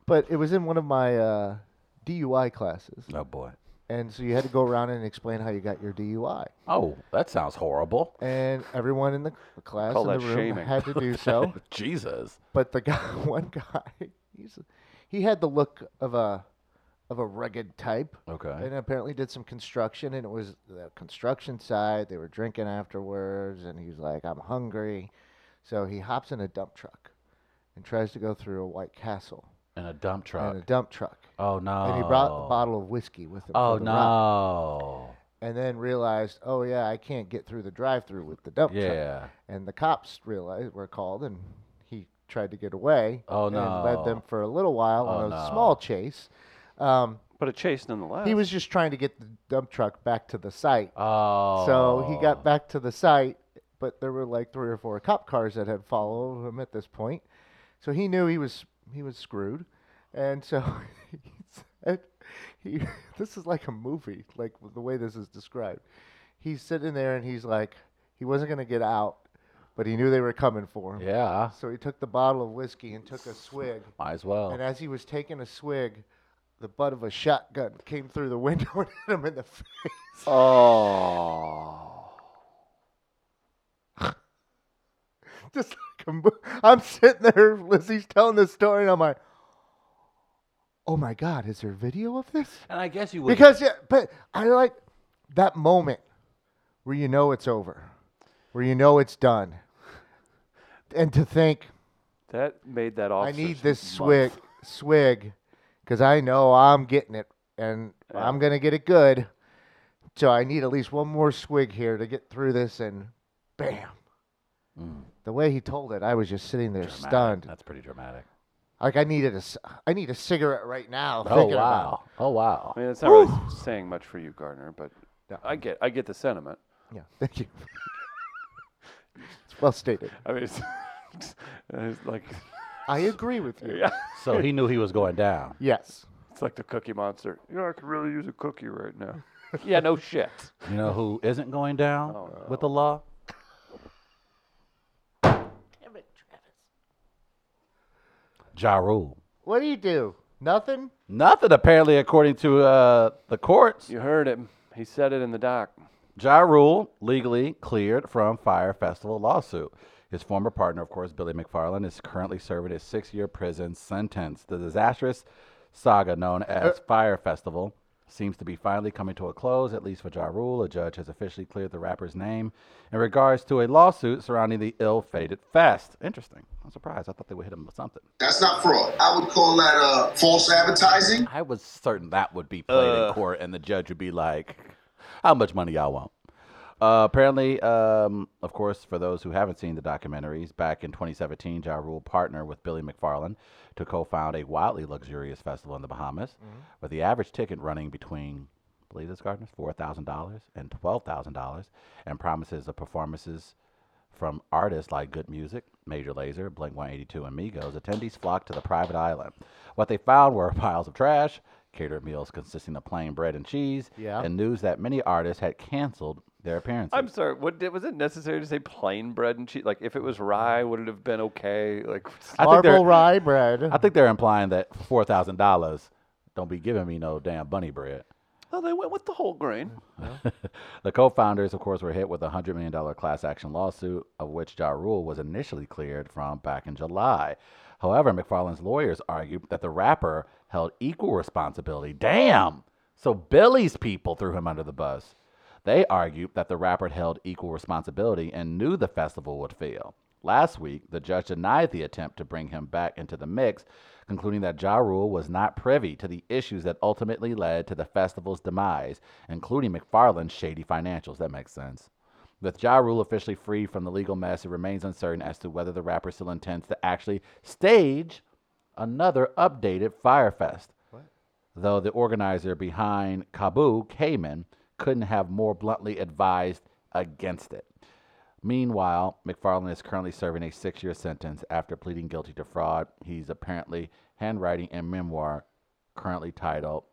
Speaker 3: But it was in one of my uh, DUI classes,
Speaker 1: Oh boy.
Speaker 3: and so you had to go around and explain how you got your DUI.
Speaker 1: Oh, that sounds horrible.
Speaker 3: And everyone in the c- class
Speaker 2: Call that
Speaker 3: in the room
Speaker 2: shaming.
Speaker 3: had to do
Speaker 2: *laughs*
Speaker 3: so.
Speaker 1: *laughs* Jesus.
Speaker 3: But the guy, *laughs* one guy, he's he had the look of a of a rugged type,
Speaker 1: Okay.
Speaker 3: and apparently did some construction, and it was the construction side. They were drinking afterwards, and he's like, "I'm hungry," so he hops in a dump truck and tries to go through a White Castle
Speaker 1: In a dump truck.
Speaker 3: in a dump truck.
Speaker 1: oh no.
Speaker 3: And he brought a bottle of whiskey with him. for
Speaker 1: Oh
Speaker 3: the ride,
Speaker 1: no.
Speaker 3: and then realized, oh yeah, I can't get through the drive-through with the dump truck.
Speaker 1: Yeah.
Speaker 3: And the cops realized were called, and he tried to get away.
Speaker 1: Oh,
Speaker 3: And led them
Speaker 1: no.
Speaker 3: for a little while on
Speaker 1: Oh,
Speaker 3: a
Speaker 1: no.
Speaker 3: small chase. Um,
Speaker 2: But a chase nonetheless.
Speaker 3: he was just trying to get the dump truck back to the site.
Speaker 1: Oh.
Speaker 3: So he got back to the site, but there were like three or four cop cars that had followed him at this point. So he knew he was he was screwed, and so *laughs* he said, he, *laughs* "This is like a movie, like the way this is described." He's sitting there and he's like, he wasn't gonna get out, but he knew they were coming for him.
Speaker 1: Yeah.
Speaker 3: So he took the bottle of whiskey and took a swig,
Speaker 1: Might as well.
Speaker 3: and uh, as he was taking a swig, the butt of a shotgun came through the window *laughs* and hit him in the face.
Speaker 2: Oh.
Speaker 3: *laughs* just like a mo- I'm sitting there, Lizzie's telling this story, and I'm like, oh my god, is there video of this?
Speaker 1: And I guess you would.
Speaker 3: Because yeah, but I like that moment where you know it's over, where you know it's done, and to think
Speaker 2: That made that officer.
Speaker 3: I need this swig, swig, because I know I'm getting it, and
Speaker 2: Yeah.
Speaker 3: I'm gonna get it good. So I need at least one more swig here to get through this, and bam.
Speaker 1: Mm,
Speaker 3: The way he told it, I was just sitting there
Speaker 1: dramatic.
Speaker 3: stunned.
Speaker 1: That's pretty dramatic.
Speaker 3: Like I needed a, c- I need a cigarette right now.
Speaker 1: Oh
Speaker 3: *laughs* thinking
Speaker 1: wow.
Speaker 3: about
Speaker 1: Oh wow.
Speaker 2: I mean, it's not really saying much for you, Gardner, but
Speaker 3: No.
Speaker 2: I get I get the sentiment.
Speaker 3: it. Yeah, thank you. *laughs* it's well stated.
Speaker 2: I mean, *laughs* it's, it's like
Speaker 3: I agree with you.
Speaker 2: yeah,
Speaker 1: So he knew he was going down.
Speaker 3: Yes.
Speaker 2: it's like the Cookie Monster. You know, I could really use a cookie right now. *laughs* yeah, no shit.
Speaker 1: You know who isn't going down
Speaker 2: Oh, no.
Speaker 1: with the law? Damn it, Travis. Ja Rule.
Speaker 3: What do you do? Nothing.
Speaker 1: Nothing, apparently, according to uh, the courts.
Speaker 2: You heard him. He said it in the doc.
Speaker 1: Ja Rule legally cleared from Fire Festival lawsuit. His former partner, of course, Billy McFarland, is currently serving a six year prison sentence. The disastrous saga known as Fire Festival seems to be finally coming to a close, at least for Ja Rule. A judge has officially cleared the rapper's name in regards to a lawsuit surrounding the ill fated fest. Interesting. I'm surprised. I thought they would hit him with something.
Speaker 4: That's not fraud. I would call that uh, false advertising.
Speaker 1: I was certain that would be played in court, and the judge would be like, "How much money y'all want?" Uh, apparently, um, of course, for those who haven't seen the documentaries, back in 2017, Ja Rule partnered with Billy McFarland to co-found a wildly luxurious festival in the Bahamas, with the average ticket running between, I believe this Gardner's four thousand dollars and twelve thousand dollars, and promises of performances from artists like Good Music, Major Lazer, Blink 182, and Migos, attendees flocked to the private island. What they found were *laughs* piles of trash, catered meals consisting of plain bread and cheese,
Speaker 3: Yeah.
Speaker 1: and news that many artists had canceled their appearances.
Speaker 2: I'm sorry. What did, was it necessary to say plain bread and cheese? Like, if it was rye, would it have been okay? Like,
Speaker 1: I think they're-
Speaker 3: Mm-hmm. Marble rye bread.
Speaker 1: I think they're implying that four thousand dollars don't be giving me no damn bunny bread.
Speaker 2: oh, they went with the whole grain.
Speaker 1: the co-founders, of course, were hit with a $100 million class action lawsuit, of which Ja Rule was initially cleared from back in July. However, McFarland's lawyers argued that the rapper held equal responsibility. Damn! So Billy's people threw him under the bus. They argued that the rapper held equal responsibility and knew the festival would fail. Last week, the judge denied the attempt to bring him back into the mix, concluding that Ja Rule was not privy to the issues that ultimately led to the festival's demise, including McFarland's shady financials. That makes sense. With Ja Rule officially free from the legal mess, it remains uncertain as to whether the rapper still intends to actually stage another updated Firefest though the organizer behind Kaboo, Cayman, couldn't have more bluntly advised against it. Meanwhile, McFarland is currently serving a six year sentence after pleading guilty to fraud. He's apparently handwriting a memoir currently titled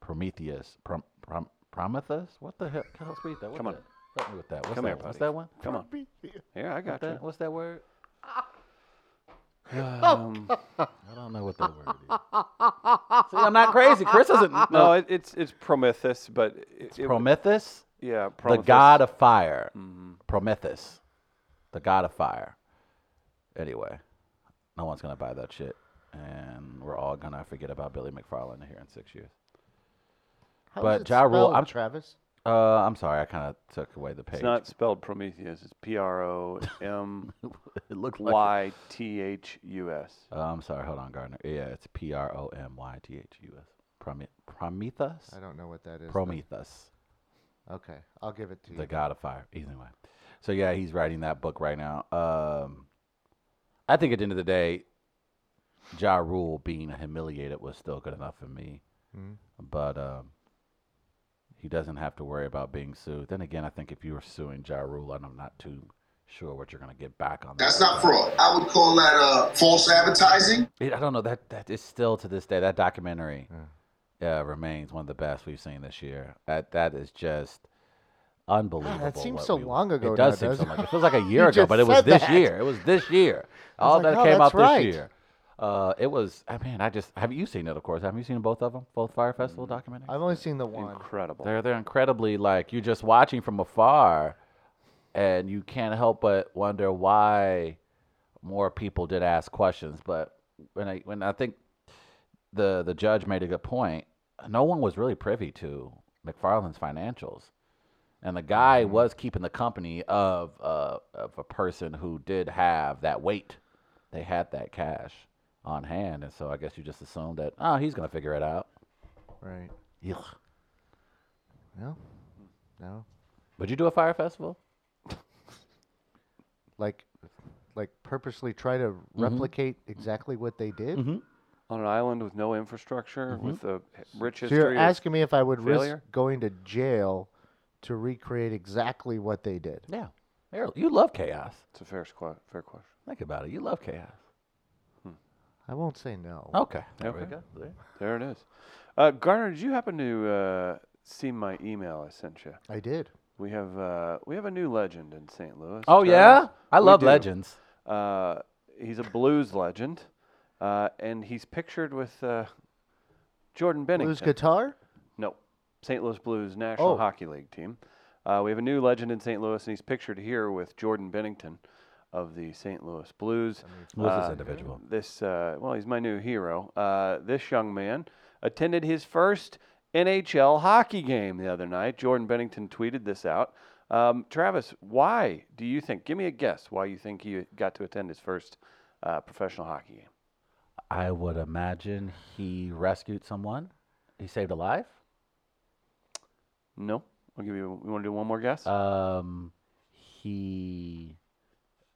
Speaker 1: Prometheus. Prom- Prom- Prometheus? What the hell? Can I speak that? What's
Speaker 2: Come on.
Speaker 1: That? Help me with that. What's
Speaker 2: Come
Speaker 1: that?
Speaker 2: here,
Speaker 1: What's
Speaker 2: buddy.
Speaker 1: that one?
Speaker 2: Come on. Yeah, I got
Speaker 1: That-
Speaker 2: you.
Speaker 1: what's that word?
Speaker 2: Um,
Speaker 1: *laughs* I don't know what that word is. See, I'm not crazy. Chris isn't.
Speaker 2: *laughs* no, it, it's it's Prometheus, but it, it-
Speaker 1: Prometheus,
Speaker 2: yeah, Prometheus. Mm-hmm.
Speaker 1: the god of fire. Prometheus, the god of fire. Anyway, no one's gonna buy that shit, and we're all gonna forget about Billy McFarland here in six years.
Speaker 3: How
Speaker 1: But
Speaker 3: is it
Speaker 1: Ja Rule,
Speaker 3: spelled,
Speaker 1: I'm-
Speaker 3: Travis.
Speaker 1: Uh, I'm sorry, I kind of took away the page.
Speaker 2: It's not spelled Prometheus. It's P R O M
Speaker 1: *laughs* it
Speaker 2: uh,
Speaker 1: looked like.
Speaker 2: Y T H U S.
Speaker 1: Uh, I'm sorry. Hold on, Gardner. Yeah, it's P R O M Y T H U S. Prome- Prometheus.
Speaker 3: I don't know what that is. though.
Speaker 1: Prometheus,
Speaker 3: Okay, I'll give it to you.
Speaker 1: the god of fire. Either way, so yeah, he's writing that book right now. Um, I think at the end of the day, Ja Rule being humiliated was still good enough for me,
Speaker 3: Mhm.
Speaker 1: but um, he doesn't have to worry about being sued. Then again, I think if you were suing Ja Rule, and I'm not too sure what you're gonna get back on that.
Speaker 4: That's not fraud. I would call that uh, false advertising.
Speaker 1: It, I don't know that that is still to this day that documentary uh, remains one of the best we've seen this year. That that is just unbelievable.
Speaker 3: seems
Speaker 1: what
Speaker 3: so
Speaker 1: we-
Speaker 3: long ago
Speaker 1: It does
Speaker 3: now,
Speaker 1: seem so
Speaker 3: doesn't
Speaker 1: long.
Speaker 3: it?
Speaker 1: It feels like a
Speaker 3: *laughs* You
Speaker 1: year ago,
Speaker 3: just
Speaker 1: but it was
Speaker 3: said
Speaker 1: this
Speaker 3: that.
Speaker 1: year. It was this
Speaker 3: *laughs*
Speaker 1: year.
Speaker 3: was
Speaker 1: All
Speaker 3: like,
Speaker 1: that
Speaker 3: "Oh,
Speaker 1: came out
Speaker 3: that's
Speaker 1: this
Speaker 3: right."
Speaker 1: year. Uh, it was. I mean, I just have you seen it? Of course, have you seen both of them? Both Fire Festival documentaries.
Speaker 3: I've only seen the *laughs* one.
Speaker 2: Incredible.
Speaker 1: They're they're incredibly like you're just watching from afar, and you can't help but wonder why more people did ask questions. But when I when I think the the judge made a good point, no one was really privy to McFarland's financials, and the guy was keeping the company of uh, of a person who did have that weight. They had that cash on hand, and so I guess you just assume that oh he's gonna figure it out.
Speaker 3: Right.
Speaker 1: Ugh.
Speaker 3: No. No.
Speaker 1: Would you do a fire festival?
Speaker 3: Like, like purposely try to replicate exactly what they did.
Speaker 2: On an island with no infrastructure, with a h- rich
Speaker 3: Mm-hmm. So
Speaker 2: history.
Speaker 3: you're
Speaker 2: of-
Speaker 3: asking me if I would
Speaker 2: failure?
Speaker 3: risk going to jail to recreate exactly what they did.
Speaker 1: Yeah. There- You love chaos.
Speaker 2: it's a fair, squa- fair question.
Speaker 1: Think about it. You love chaos.
Speaker 3: I won't say no.
Speaker 1: Okay. There we
Speaker 2: Okay.
Speaker 1: go. There.
Speaker 2: There it is. Uh, Garner, did you happen to uh, see my email I sent you?
Speaker 3: I did.
Speaker 2: We have uh, we have a new legend in St. Louis.
Speaker 1: Oh,
Speaker 2: Travis.
Speaker 1: yeah? I
Speaker 2: We
Speaker 1: love
Speaker 2: do.
Speaker 1: legends.
Speaker 2: Uh, he's a blues legend, uh, and he's pictured with uh, Jordan Bennington.
Speaker 3: Blues guitar.
Speaker 2: No, St. Louis Blues National
Speaker 3: Oh.
Speaker 2: Hockey League team. Uh, we have a new legend in St. Louis, and he's pictured here with Jordan Bennington of the St. Louis Blues.
Speaker 1: Who is this
Speaker 2: Uh,
Speaker 1: individual?
Speaker 2: This, uh, well, he's my new hero. Uh, this young man attended his first NHL hockey game the other night. Jordan Bennington tweeted this out. Um, Travis, why do you think? Give me a guess why you think he got to attend his first uh, professional hockey game.
Speaker 1: I would imagine he rescued someone. He saved a life.
Speaker 2: No, I'll give you. You want to do one more guess?
Speaker 1: Um, he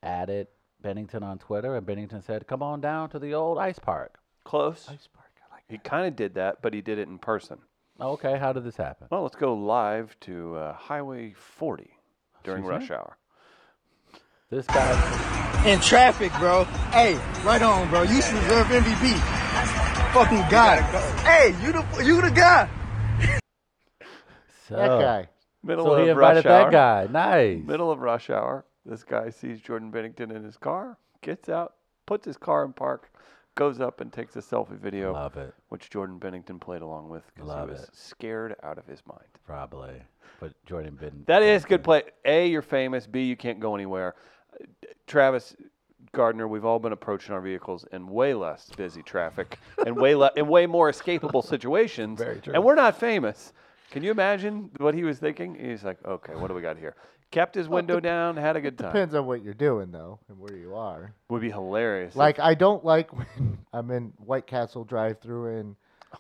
Speaker 1: added Bennington on Twitter, and Bennington said, come on down to the old ice park.
Speaker 2: Close.
Speaker 1: Ice park. I like
Speaker 2: He kind of did that, but he did it in person.
Speaker 1: Okay. How did this happen?
Speaker 2: Well, let's go live to uh, Highway 40 during
Speaker 1: Excuse me?
Speaker 2: rush hour.
Speaker 1: This
Speaker 2: *laughs*
Speaker 1: guy.
Speaker 5: in traffic, bro. Hey, right on, bro. You should deserve MVP. Fucking guy. Hey, you the you the guy.
Speaker 1: So,
Speaker 3: That
Speaker 1: Oh.
Speaker 3: guy.
Speaker 2: Middle
Speaker 1: So
Speaker 2: of
Speaker 1: he
Speaker 2: rush
Speaker 1: invited
Speaker 2: hour.
Speaker 1: that guy. Nice.
Speaker 2: Middle of rush hour. This guy sees Jordan Bennington in his car, gets out, puts his car in park, goes up and takes a selfie video,
Speaker 1: Love it.
Speaker 2: which Jordan Bennington played along with because
Speaker 1: Love
Speaker 2: he was
Speaker 1: it.
Speaker 2: scared out of his mind.
Speaker 1: Probably. But Jordan Bennington.
Speaker 2: That is good play. A, you're famous. B, you can't go anywhere. Uh, Travis Gardner, we've all been approaching our vehicles in way less busy traffic and way le- in way
Speaker 1: *laughs*
Speaker 2: more escapable situations.
Speaker 1: Very true.
Speaker 2: And we're not famous. Can you imagine what he was thinking? He's like, okay, what do we got here? Kept his window down, had a good time.
Speaker 3: Depends on what you're doing though, and where you are.
Speaker 2: Would be hilarious. if-
Speaker 3: Like I don't like *laughs* when I'm in White Castle drive-through and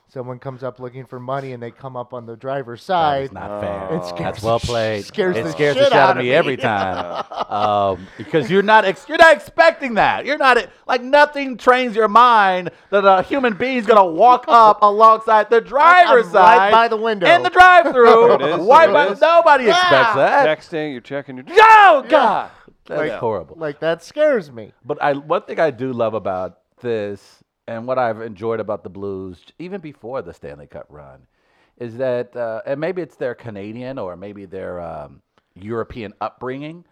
Speaker 3: someone comes up looking for money and they come up on the driver's
Speaker 1: That is
Speaker 3: side.
Speaker 1: not fair.
Speaker 3: It scares
Speaker 1: That's
Speaker 3: the
Speaker 1: well
Speaker 3: sh-
Speaker 1: played.
Speaker 3: scares
Speaker 1: it
Speaker 3: the
Speaker 1: scares the
Speaker 3: shit
Speaker 1: shit out
Speaker 3: out
Speaker 1: of
Speaker 3: of
Speaker 1: me
Speaker 3: me. *laughs*
Speaker 1: every time um, because you're not ex- you're not expecting that. You're not like nothing trains your mind that a human being's gonna
Speaker 3: *laughs*
Speaker 1: walk up alongside the driver's
Speaker 3: I'm right
Speaker 1: side
Speaker 3: by the window.
Speaker 1: in the drive-through.
Speaker 2: There *laughs* it is,
Speaker 1: Why?
Speaker 2: there
Speaker 1: by
Speaker 2: it
Speaker 1: the-
Speaker 2: is.
Speaker 1: Nobody expects
Speaker 3: Yeah.
Speaker 1: that.
Speaker 2: texting, you're checking your.
Speaker 1: Oh God, that's
Speaker 3: Like-
Speaker 1: horrible.
Speaker 3: Like that scares me.
Speaker 1: But I one thing I do love about this and what I've enjoyed about the Blues even before the Stanley Cup run is that uh, and maybe it's their Canadian or maybe their um, European upbringing,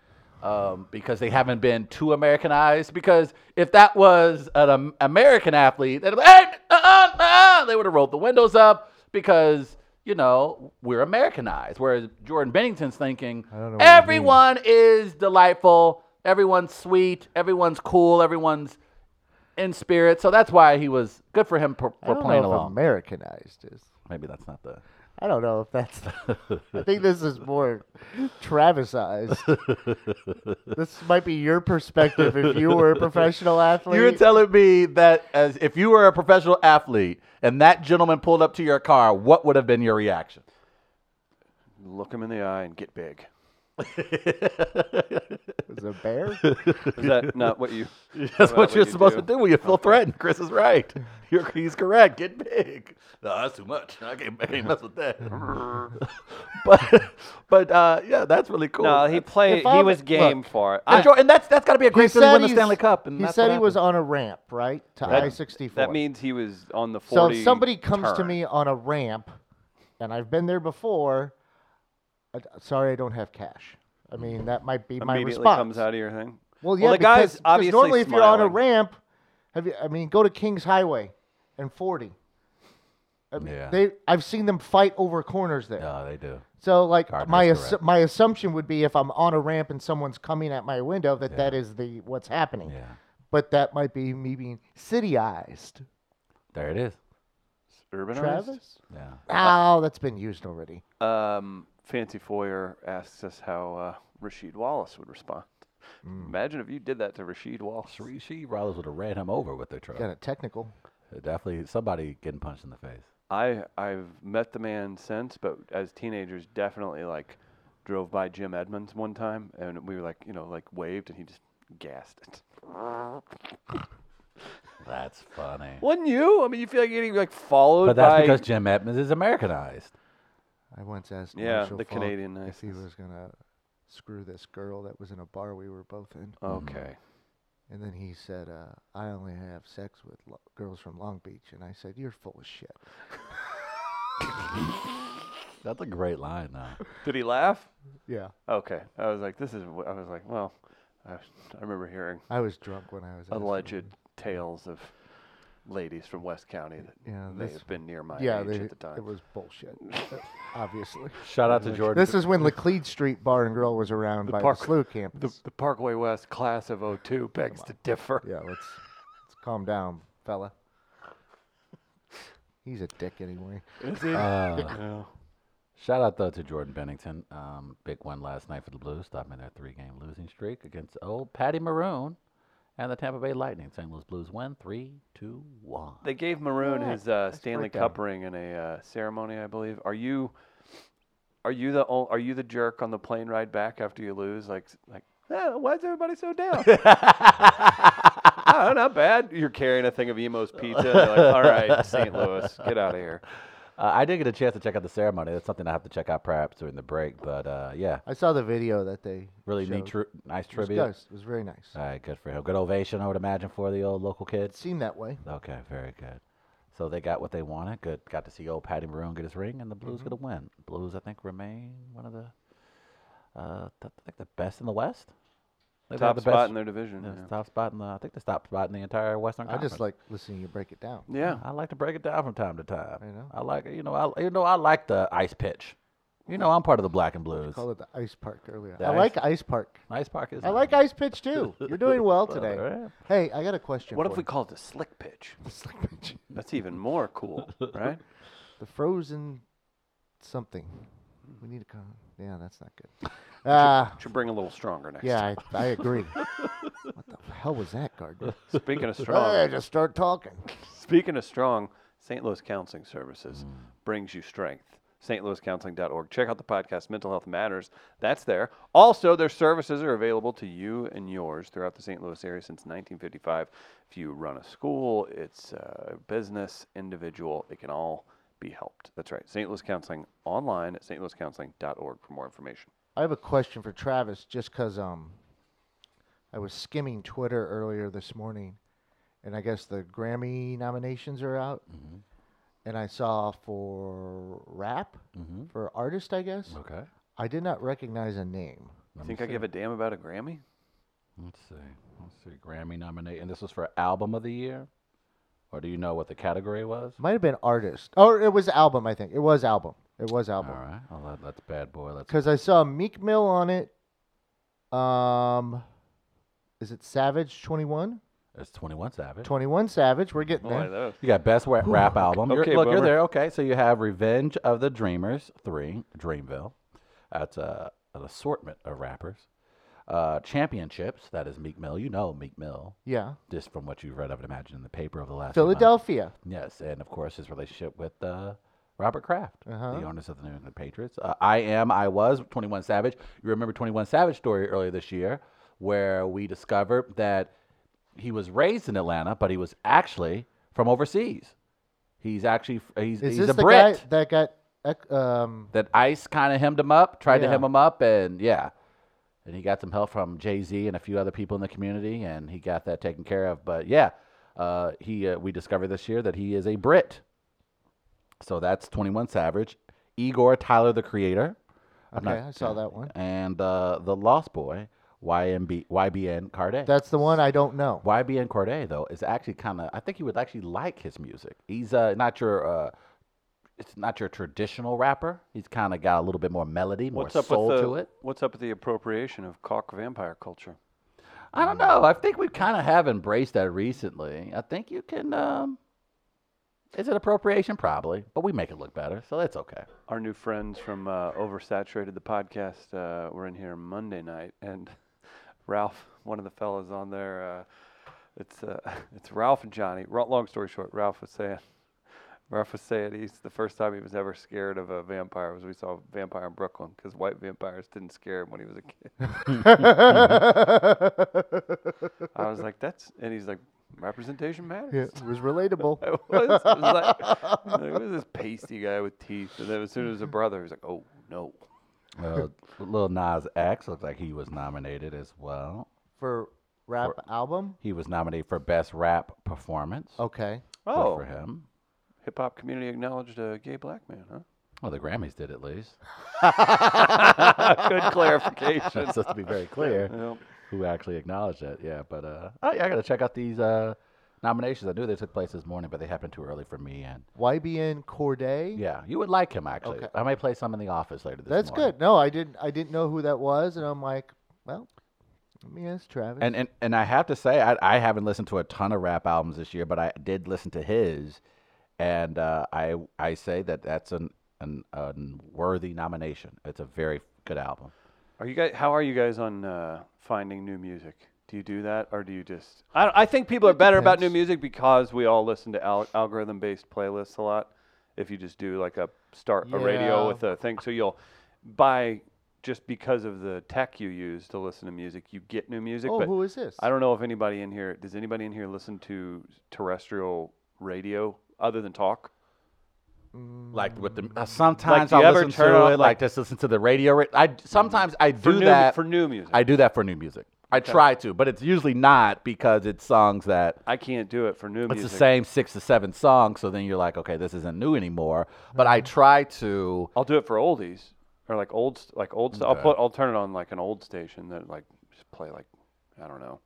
Speaker 1: um, because they haven't been too Americanized. Because if that was an um, American athlete, they'd be like, hey, uh-uh, uh-uh," they would have rolled the windows up because you know we're Americanized. Whereas Jordan Bennington's thinking
Speaker 3: don't know what you
Speaker 1: everyone is delightful, everyone's sweet, everyone's cool, everyone's in spirit. So that's why he was good for him for,
Speaker 3: I
Speaker 1: for
Speaker 3: don't
Speaker 1: playing
Speaker 3: know if
Speaker 1: along.
Speaker 3: Americanized is.
Speaker 1: Maybe that's not the.
Speaker 3: I don't know
Speaker 1: *laughs*
Speaker 3: if that's. I think this is more
Speaker 1: *laughs*
Speaker 3: Travisized. this might be your perspective if you were a professional
Speaker 1: *laughs*
Speaker 3: athlete.
Speaker 1: You're telling me that as if you were a professional athlete and that gentleman pulled up to your car, what would have been your reaction?
Speaker 2: Look him in the eye and get big.
Speaker 3: As a
Speaker 1: *laughs*
Speaker 3: bear?
Speaker 2: Is that not what you?
Speaker 3: *laughs*
Speaker 1: That's what
Speaker 2: what
Speaker 1: you're
Speaker 2: you
Speaker 1: supposed
Speaker 2: do.
Speaker 1: to do when you feel threatened. Chris is right. You're, he's correct. Get big. No, that's too much. I can't, I
Speaker 3: *laughs*
Speaker 1: can't mess with that. *laughs* but but uh, yeah, that's really cool.
Speaker 2: No, he played.
Speaker 3: If
Speaker 2: He
Speaker 3: I'm-
Speaker 2: was game
Speaker 3: look,
Speaker 2: for it. I-
Speaker 1: and, Jor- and that's that's got to be a great feeling to win the
Speaker 3: he's-
Speaker 1: Stanley Cup. And
Speaker 3: he
Speaker 1: that's
Speaker 3: said
Speaker 1: what
Speaker 3: he was
Speaker 1: happened.
Speaker 3: on a ramp, right, to I sixty four.
Speaker 2: that means he was on the
Speaker 3: so
Speaker 2: forty.
Speaker 3: if somebody comes to
Speaker 2: turn.
Speaker 3: me on a ramp, and I've been there before. I, sorry, I don't have cash. I mean, that might be my
Speaker 2: immediately
Speaker 3: response.
Speaker 2: comes out of your thing.
Speaker 3: Well, yeah,
Speaker 2: the
Speaker 3: because,
Speaker 2: guy's
Speaker 3: because
Speaker 2: obviously
Speaker 3: normally if you're on a
Speaker 2: smiling.
Speaker 3: ramp, have you? I mean, go to Kings Highway and 40. I mean,
Speaker 1: Yeah.
Speaker 3: They, I've seen them fight over corners there.
Speaker 1: Yeah, they do.
Speaker 3: So, like,
Speaker 1: Gardner's
Speaker 3: my
Speaker 1: correct.
Speaker 3: assu- my assumption would be if I'm on a ramp and someone's coming at my window, that that is the what's happening.
Speaker 1: Yeah.
Speaker 3: But that might be me being cityized.
Speaker 1: There it is.
Speaker 2: Urbanized?
Speaker 3: Travis?
Speaker 1: Yeah.
Speaker 2: Uh,
Speaker 3: Oh, that's been used already.
Speaker 2: Um, Fancy Foyer asks us how uh, Rasheed Wallace would respond.
Speaker 3: Hmm.
Speaker 2: Imagine if you did that to Rasheed Wallace.
Speaker 1: Three she Rollins would have ran him over with their truck.
Speaker 3: Got a technical.
Speaker 1: Definitely somebody getting punched in the face.
Speaker 2: I I've met the man since, but as teenagers, definitely like drove by Jim Edmonds one time, and we were like, you know, like waved, and he just gassed it. *laughs*
Speaker 1: That's funny.
Speaker 2: Wasn't you? I mean, you feel like you're getting like followed
Speaker 1: But that's
Speaker 2: by.
Speaker 1: because Jim Edmonds is Americanized.
Speaker 3: I once asked
Speaker 2: Yeah,
Speaker 3: Marshall
Speaker 2: the
Speaker 3: Falk
Speaker 2: Canadian
Speaker 3: if he
Speaker 2: license.
Speaker 3: was gonna screw this girl that was in a bar we were both in.
Speaker 2: okay.
Speaker 1: Hmm.
Speaker 3: And then he said, uh, I only have sex with lo- girls from Long Beach. And I said, You're full of shit.
Speaker 1: That's a great line, though.
Speaker 2: Did he laugh?
Speaker 3: Yeah.
Speaker 2: Okay. I was like, this is. wh- I was like, well, I, I remember hearing
Speaker 3: I was drunk when I was asked if-
Speaker 2: alleged tales of ladies from West County that
Speaker 3: Yeah,
Speaker 2: may
Speaker 3: this-
Speaker 2: have been near my
Speaker 3: Yeah,
Speaker 2: age
Speaker 3: they,
Speaker 2: at the time.
Speaker 3: it was
Speaker 2: *laughs*
Speaker 3: bullshit. uh, obviously.
Speaker 1: Shout out to Jordan.
Speaker 3: This is when Laclede Street Bar and Grill was around by
Speaker 2: park-
Speaker 3: the SLU
Speaker 2: the,
Speaker 3: campus.
Speaker 2: the Parkway West class of 02 begs to differ.
Speaker 3: yeah, let's, let's calm down, fella. *laughs* He's a dick anyway. Uh,
Speaker 1: Uh,
Speaker 2: Yeah.
Speaker 1: Shout out though to Jordan Bennington. Um, big win last night for the Blues, stopping their three-game losing streak against old Patty Maroon and the Tampa Bay Lightning. St. Louis Blues win three, two,
Speaker 3: *laughs*
Speaker 1: one.
Speaker 2: They gave Maroon his uh, Stanley
Speaker 3: breakdown.
Speaker 2: Cup ring in a uh, ceremony, I believe. Are you, are you the ol- are you the jerk on the plane ride back after you lose? Like like, "Eh, why is everybody so down?
Speaker 1: Uh,
Speaker 2: *laughs* oh, not bad. You're carrying a thing of Emo's pizza. You're like,
Speaker 1: *laughs*
Speaker 2: all right, St. Louis, get out of here.
Speaker 1: Uh, I did get a chance to check out the ceremony. That's something I have to check out perhaps during the break. But uh, yeah,
Speaker 3: I saw the video that they
Speaker 1: really
Speaker 3: showed.
Speaker 1: neat, tri- Uh, nice
Speaker 3: It was
Speaker 1: tribute.
Speaker 3: nice. It was very nice.
Speaker 1: All right, good for him. Good ovation, I would imagine, for the old local
Speaker 3: It
Speaker 1: kids.
Speaker 3: seemed that way.
Speaker 1: Okay, very good. So they got what they wanted. Good. Got to see old Patty Maroon get his ring, and the Blues get a win. Blues, I think, remain one of the, uh, th- I think the best in the West. I think they have
Speaker 2: Top
Speaker 1: the
Speaker 2: spot
Speaker 1: best-
Speaker 2: in their division.
Speaker 1: yeah,
Speaker 2: yeah.
Speaker 1: Top spot in the, I think the top spot in the entire Western
Speaker 3: I
Speaker 1: Conference.
Speaker 3: just like listening to you break it down.
Speaker 2: Yeah.
Speaker 1: I like to break it down from time to time.
Speaker 3: I know.
Speaker 1: I like, you know, I, you know, I like the ice pitch. You know, I'm part of the Black and Blues.
Speaker 3: Call it the ice park earlier.
Speaker 1: The
Speaker 3: I
Speaker 1: ice-
Speaker 3: like ice park.
Speaker 1: Ice park is.
Speaker 3: I
Speaker 1: nice.
Speaker 3: like ice pitch too. You're doing well
Speaker 1: Well,
Speaker 3: today.
Speaker 1: alright.
Speaker 3: Hey, I got a question.
Speaker 2: What
Speaker 3: for
Speaker 2: if we
Speaker 3: *laughs* you.
Speaker 2: call it the slick pitch?
Speaker 3: Slick pitch.
Speaker 2: That's even more cool,
Speaker 1: *laughs*
Speaker 2: right?
Speaker 3: the frozen something? We need to come. Yeah, that's not good. Uh,
Speaker 2: *laughs* Should bring a little stronger next.
Speaker 3: yeah, I, I agree. what the hell was that, Gardner?
Speaker 2: time. Speaking
Speaker 1: *laughs*
Speaker 2: of
Speaker 3: I
Speaker 2: strong,
Speaker 3: just start talking.
Speaker 2: speaking of strong, St. Louis Counseling Services brings you strength. stlouiscounseling.org. Check out the podcast Mental Health Matters. That's there. Also, their services are available to you and yours throughout the St. Louis area since 1955. If you run a school, it's a business, individual, it can all be helped. That's right. St. Louis Counseling online at stlouiscounseling.org for more information.
Speaker 3: I have a question for Travis, just because um, I was skimming Twitter earlier this morning, and I guess the Grammy nominations are out,
Speaker 1: Mm-hmm.
Speaker 3: and I saw
Speaker 1: Mm-hmm.
Speaker 3: for rap for artist, I guess.
Speaker 1: Okay.
Speaker 3: I did not recognize a name.
Speaker 1: Let me
Speaker 2: Think I
Speaker 1: see.
Speaker 2: give a damn about a Grammy?
Speaker 1: Let's see. Let's see. Grammy nominate, and this was for album of the year, or do you know what the category was?
Speaker 3: Might have been artist. Or it was album, I think. It was album. It was
Speaker 1: All
Speaker 3: album.
Speaker 1: right. Oh, that, that's bad boy. Let's.
Speaker 3: Because I saw Meek Mill on it. Um, is it Savage 21?
Speaker 1: It's 21 Savage.
Speaker 3: 21 Savage. We're getting
Speaker 2: One of
Speaker 3: there.
Speaker 2: those.
Speaker 1: You got best wa- rap album. You're-
Speaker 2: Okay,
Speaker 1: look, you're
Speaker 2: boomer.
Speaker 1: there. Okay, so you have Revenge of the Dreamers three, Dreamville. That's uh, an assortment of rappers. Uh, championships. That is Meek Mill. You know Meek Mill,
Speaker 3: Yeah.
Speaker 1: just from what you've read, I would imagine, in the paper over the last few months.
Speaker 3: Philadelphia.
Speaker 1: Yes, and of course his relationship with uh, Robert Kraft,
Speaker 3: Uh-huh.
Speaker 1: the owners of the New England Patriots. Uh, I am, I was 21 Savage. You remember 21 Savage story earlier this year, where we discovered that he was raised in Atlanta, but he was actually from overseas. He's actually he's,
Speaker 3: Is
Speaker 1: he's
Speaker 3: this
Speaker 1: a
Speaker 3: the
Speaker 1: Brit.
Speaker 3: guy that got ec- um,
Speaker 1: That ICE kind of hemmed him up, tried to
Speaker 3: Yeah.
Speaker 1: hem him up, and yeah. And he got some help from Jay Z and a few other people in the community, and he got that taken care of. But yeah, uh, he uh, we discovered this year that he is a Brit. So that's 21 Savage, Igor Tyler the Creator. I'm
Speaker 3: Okay, I saw that one.
Speaker 1: And uh, the Lost Boy, YMB, YBN Carday.
Speaker 3: That's the one I don't know.
Speaker 1: YBN Corday though is actually kind of I think you would actually like his music. He's uh, not your uh, it's not your traditional rapper. He's kind of got a little bit more melody, more
Speaker 2: What's up
Speaker 1: soul
Speaker 2: with the
Speaker 1: to it.
Speaker 2: What's up with the appropriation of cock vampire culture?
Speaker 1: I don't know. I think we kind of have embraced that recently. I think you can. Um, is it appropriation? Probably, but we make it look better, so that's okay.
Speaker 2: Our new friends from uh, Oversaturated, the podcast, uh, were in here Monday night, and *laughs* Ralph, one of the fellas on there, uh, it's uh, *laughs* it's Ralph and Johnny. Ro- Long story short, Ralph was saying, Ralph was saying he's the first time he was ever scared of a vampire was we saw a vampire in Brooklyn because white vampires didn't scare him when he was a kid. *laughs* I was like, that's, and he's like, representation matters.
Speaker 3: Yeah, it was relatable.
Speaker 2: *laughs* I was. I was like, there was this pasty guy with teeth, and then as soon as a brother, he's like, "Oh no!"
Speaker 1: Well, *laughs* Lil Nas X looked like he was nominated as well.
Speaker 3: For rap album?
Speaker 1: He was nominated for best rap performance.
Speaker 3: Okay.
Speaker 1: Good
Speaker 2: Oh,
Speaker 1: for him.
Speaker 2: hip hop community acknowledged a gay black man, huh?
Speaker 1: Well, the Grammys did at least. *laughs*
Speaker 2: Good clarification.
Speaker 1: Just to be very clear.
Speaker 2: *laughs* Yep.
Speaker 1: who actually acknowledged it. Yeah, but uh, I, I got to check out these uh, nominations. I knew they took place this morning, but they happened too early for me. And
Speaker 3: YBN Corday.
Speaker 1: yeah, you would like him actually.
Speaker 3: Okay.
Speaker 1: I might play some in the office later this.
Speaker 3: That's
Speaker 1: morning.
Speaker 3: good. No, I didn't. I didn't know who that was, and I'm like, well, let me ask Travis.
Speaker 1: And and and I have to say, I I haven't listened to a ton of rap albums this year, but I did listen to his, and uh, I I say that that's an an, an worthy nomination. It's a very good album.
Speaker 2: Are you guys? How are you guys on uh, finding new music? Do you do that, or do you just? I, don't- I think people are better about new
Speaker 3: depends.
Speaker 2: music because we all listen to al- algorithm-based playlists a lot. If you just do like a start a radio
Speaker 3: Yeah.
Speaker 2: with a thing, so you'll by just because of the tech you use to listen to music, you get new music.
Speaker 3: oh,
Speaker 2: but
Speaker 3: who is this?
Speaker 2: I don't know if anybody in here does anybody in here listen to terrestrial radio other than talk?
Speaker 1: Like with the uh, sometimes
Speaker 2: do you
Speaker 1: I
Speaker 2: ever
Speaker 1: listen
Speaker 2: turn
Speaker 1: to
Speaker 2: on,
Speaker 1: it, like,
Speaker 2: like-
Speaker 1: just listen to the radio. ri- I sometimes I do
Speaker 2: For new
Speaker 1: that
Speaker 2: for new music.
Speaker 1: I do that for new music. I try to, but it's usually not because it's songs that
Speaker 2: I can't do it for new
Speaker 1: it's
Speaker 2: music.
Speaker 1: the same six to seven songs. So then you're like, okay, this isn't new anymore. But
Speaker 2: Mm-hmm.
Speaker 1: I try to.
Speaker 2: I'll do it for oldies or like old st- like old st- I'll put I'll turn it on like an old station that like just play like I don't know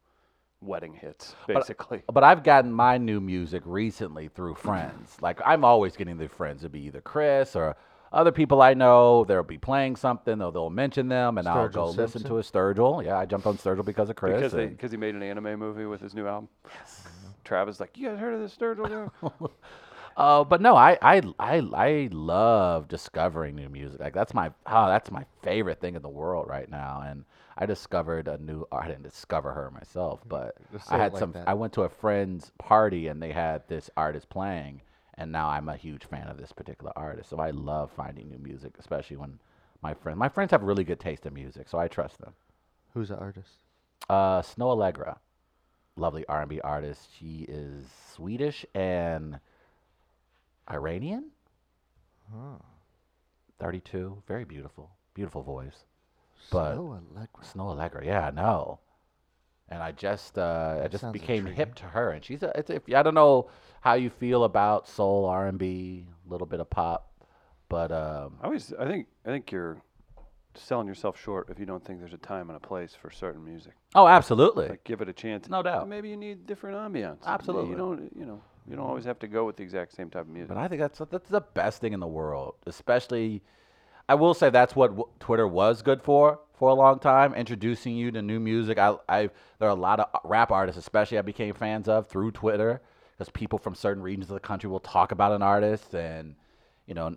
Speaker 2: wedding hits basically.
Speaker 1: But I've gotten my new music recently through friends. Like I'm always getting the friends. It'd be either Chris or other people I know. They'll be playing something. They'll, they'll mention them, and I'll
Speaker 3: Sturgill
Speaker 1: go listen
Speaker 3: Simpson.
Speaker 1: to a Sturgill. Yeah, I jumped on Sturgill because of Chris.
Speaker 2: because they,
Speaker 1: and-
Speaker 2: *laughs* cause he made an anime movie with his new album. Travis like, you guys heard of this Sturgill?
Speaker 1: *laughs*
Speaker 2: dude?"
Speaker 1: Uh, but no, I, I I I love discovering new music. Like that's my oh, that's my favorite thing in the world right now. And I discovered a new. I didn't discover her myself, but
Speaker 3: Mm-hmm. Just say
Speaker 1: I
Speaker 3: it
Speaker 1: had
Speaker 3: like
Speaker 1: some.
Speaker 3: that.
Speaker 1: I went to a friend's party and they had this artist playing, and now I'm a huge fan of this particular artist. So I love finding new music, especially when my friend. My friends have really good taste in music, so I trust them.
Speaker 3: Who's the artist?
Speaker 1: Uh, Snow Allegra, lovely R&B artist. She is Swedish and Iranian. Thirty-two, very beautiful, beautiful voice. But-
Speaker 3: Snow Allegra.
Speaker 1: Snow Allegra, yeah, I know. And I just, uh, I just
Speaker 3: sounds
Speaker 1: became hip to her, and she's a. It's, if, I don't know how you feel about soul R&B, a little bit of pop, but um,
Speaker 2: I always I think I think your selling yourself short if you don't think there's a time and a place for certain music.
Speaker 1: Oh, absolutely.
Speaker 2: Like give it a chance.
Speaker 1: No doubt.
Speaker 2: Maybe you need different ambiance.
Speaker 1: Absolutely.
Speaker 2: You don't you know, you don't always have to go with the exact same type of music.
Speaker 1: But I think that's that's the best thing in the world. Especially, I will say that's what w- Twitter was good for for a long time, introducing you to new music. I, I there are a lot of uh, rap artists, especially I became fans of through Twitter, because people from certain regions of the country will talk about an artist, and you know,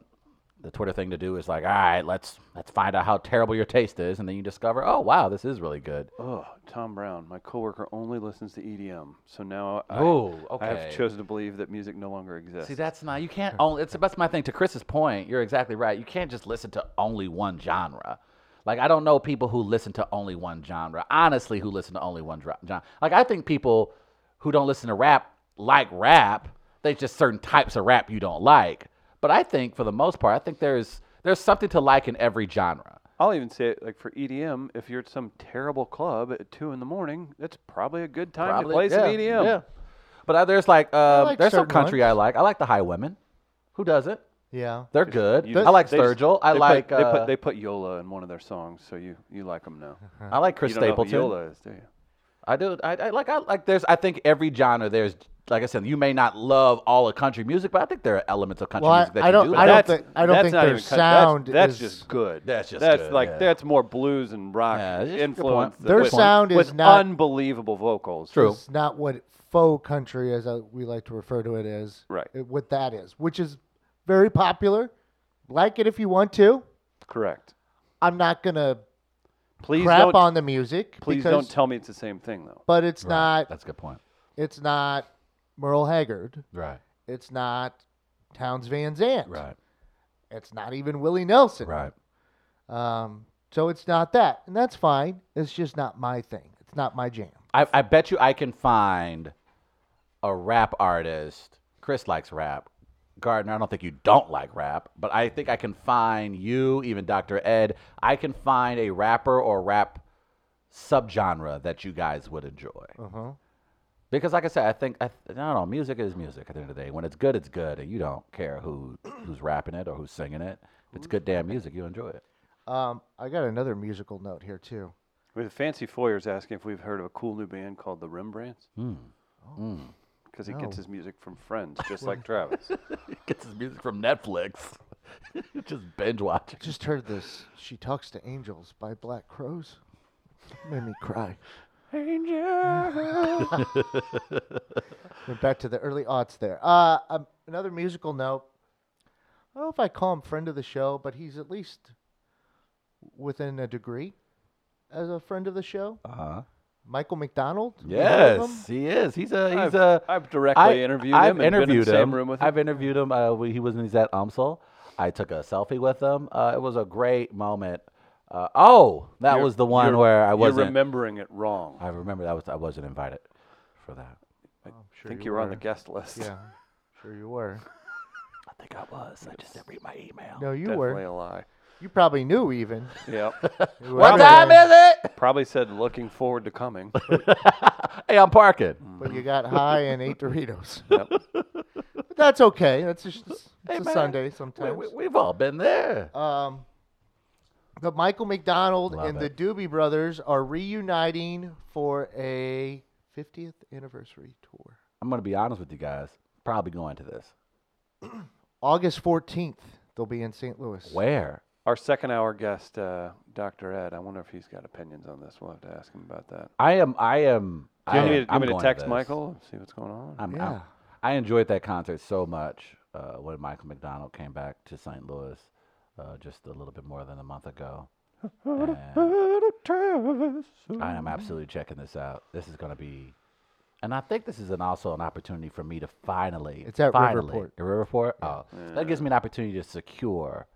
Speaker 1: the Twitter thing to do is like, all right, let's let's find out how terrible your taste is, and then you discover, oh wow, this is really good.
Speaker 2: Oh, Tom Brown, my coworker only listens to EDM. So now I,
Speaker 1: Oh,
Speaker 2: I have
Speaker 1: okay.
Speaker 2: chosen to believe that music no longer exists.
Speaker 1: See, that's not you can't only. It's that's my thing. To Chris's point, you're exactly right. You can't just listen to only one genre. Like I don't know people who listen to only one genre. Honestly, who listen to only one dra- genre? Like I think people who don't listen to rap like rap. There's just certain types of rap you don't like. But I think for the most part, I think there's there's something to like in every genre.
Speaker 2: I'll even say it like for EDM, if you're at some terrible club at two in the morning, that's probably a good time to play some E
Speaker 1: yeah,
Speaker 2: EDM.
Speaker 1: Yeah. But uh, there's like, uh,
Speaker 3: like
Speaker 1: there's some
Speaker 3: certain
Speaker 1: country
Speaker 3: ones.
Speaker 1: I like. I like the High Women. Who does it?
Speaker 3: Yeah.
Speaker 1: They're good.
Speaker 2: You-
Speaker 1: I like
Speaker 2: they just-
Speaker 1: Sturgill. I
Speaker 2: they put-
Speaker 1: like
Speaker 2: they
Speaker 1: uh,
Speaker 2: put they put Yola in one of their songs, so you you like them now.
Speaker 1: I like Chris
Speaker 2: you don't
Speaker 1: Stapleton.
Speaker 2: Know who Yola is, do you?
Speaker 1: I do. I, I like. I like. There's. I think every genre. There's. Like I said, you may not love all of country music, but I think there are elements of country
Speaker 3: Well, I-
Speaker 1: music that
Speaker 3: I
Speaker 1: you
Speaker 3: don't-
Speaker 1: do.
Speaker 3: I
Speaker 1: like.
Speaker 3: think- I don't
Speaker 2: that's
Speaker 3: think
Speaker 2: not
Speaker 3: their
Speaker 2: even cut- that's-
Speaker 3: sound
Speaker 2: That's,
Speaker 3: is-
Speaker 2: just good.
Speaker 1: That's just
Speaker 2: that's
Speaker 1: good,
Speaker 2: like
Speaker 1: yeah.
Speaker 2: that's more blues and rock
Speaker 1: Yeah, that's a good point.
Speaker 2: influence.
Speaker 1: Their
Speaker 2: with-
Speaker 3: sound is
Speaker 2: with
Speaker 3: not-
Speaker 2: unbelievable vocals.
Speaker 1: True.
Speaker 3: It's not what faux country, as uh, we like to refer to it as.
Speaker 2: Right.
Speaker 3: it- What that is, which is very popular. Like it if you want to.
Speaker 2: Correct.
Speaker 3: I'm not gonna
Speaker 2: Please
Speaker 3: crap
Speaker 2: don't
Speaker 3: on the music.
Speaker 2: please
Speaker 3: because,
Speaker 2: don't tell me it's the same thing though.
Speaker 3: But it's not.
Speaker 1: That's a good point.
Speaker 3: It's not Merle Haggard.
Speaker 1: Right.
Speaker 3: It's not Towns Van Zandt.
Speaker 1: Right.
Speaker 3: It's not even Willie Nelson.
Speaker 1: Right.
Speaker 3: Um, so it's not that, and that's fine. It's just not my thing. It's not my jam.
Speaker 1: I, I bet you I can find a rap artist. Chris likes rap. Gardner, I don't think you don't like rap, but I think I can find you, even Dr. Ed. I can find a rapper or rap subgenre that you guys would enjoy.
Speaker 3: Uh-huh.
Speaker 1: Because, like I said, I think I, I don't know. Music is music at the end of the day. When it's good, it's good, and you don't care who who's rapping it or who's singing it. If it's good damn music, you enjoy *laughs* it.
Speaker 3: Um, I got another musical note here too.
Speaker 2: We have Fancy Foyer's asking if we've heard of a cool new band called the Rembrandts.
Speaker 1: Hmm.
Speaker 3: Oh.
Speaker 2: Because he gets his music from
Speaker 3: *laughs*
Speaker 2: friends, just like Travis.
Speaker 1: Gets his music from Netflix. *laughs* Just binge watching.
Speaker 3: Just heard this. She talks to angels by Black Crows. Made me cry.
Speaker 2: Angel.
Speaker 3: Went back to the early aughts there. Uh, um, another musical note. I don't know if I call him friend of the show, but he's at least within a degree as a friend of the show.
Speaker 1: Uh huh.
Speaker 3: Michael McDonald. you heard of him?
Speaker 1: Yes, he is. He's a he's
Speaker 2: I've,
Speaker 1: a.
Speaker 2: I've directly
Speaker 1: uh, I-
Speaker 2: interviewed
Speaker 1: I've
Speaker 2: him and been in
Speaker 1: interviewed
Speaker 2: the same
Speaker 1: him.
Speaker 2: room with him.
Speaker 1: I've interviewed him. Uh, when he was in, he's at UMSL. I took a selfie with him. Uh, it was a great moment. Uh, oh, that
Speaker 2: You're-
Speaker 1: was the one
Speaker 2: you're-
Speaker 1: where I wasn't.
Speaker 2: You're remembering it
Speaker 3: Oh,
Speaker 2: wrong.
Speaker 1: I remember that was I wasn't invited for that.
Speaker 2: I
Speaker 3: sure
Speaker 2: think
Speaker 3: you
Speaker 2: you were on the
Speaker 3: were.
Speaker 2: guest list. *laughs*
Speaker 3: Yeah, sure you were.
Speaker 1: I think I was. I just didn't read my email.
Speaker 3: No, you
Speaker 2: Definitely
Speaker 3: were.
Speaker 2: a lie.
Speaker 3: You probably knew even.
Speaker 1: *laughs*
Speaker 3: *laughs*
Speaker 2: Yep.
Speaker 3: You
Speaker 1: What
Speaker 3: were
Speaker 1: time
Speaker 3: there,
Speaker 1: is it?
Speaker 2: Probably said looking forward to coming. *laughs*
Speaker 1: Hey, I'm parking.
Speaker 3: But you got high and ate Doritos.
Speaker 2: Yep.
Speaker 3: *laughs* But that's okay. That's just it's
Speaker 1: Hey,
Speaker 3: a
Speaker 1: man.
Speaker 3: Sunday
Speaker 1: We,
Speaker 3: sometimes.
Speaker 1: have all been there.
Speaker 2: Uh,
Speaker 3: Um, the Michael McDonald
Speaker 1: Love
Speaker 3: and
Speaker 1: it.
Speaker 3: the Doobie Brothers are reuniting for a 50th anniversary tour.
Speaker 1: I'm gonna be honest with you guys. Probably going to this.
Speaker 3: August 14th, they'll be in St. Louis.
Speaker 1: Where?
Speaker 2: Our second hour guest, uh, Dr. Ed, I wonder if he's got opinions on this. We'll have to ask him about that.
Speaker 1: I am. I am. I
Speaker 2: Do you
Speaker 1: am-
Speaker 2: want me to, do you
Speaker 1: I'm
Speaker 2: want me to
Speaker 1: going
Speaker 2: text
Speaker 1: this.
Speaker 2: Michael and see what's going on?
Speaker 1: I'm, I'm-
Speaker 3: Yeah.
Speaker 1: i enjoyed that concert so much uh, when Michael McDonald came back to St. Louis uh, just a little bit more than a month ago. And I am absolutely checking this out. This is going to be, and I think this is an, also an opportunity for me to finally.
Speaker 3: It's at
Speaker 1: finally,
Speaker 3: Riverport.
Speaker 1: At Riverport? Oh, that gives me an opportunity to secure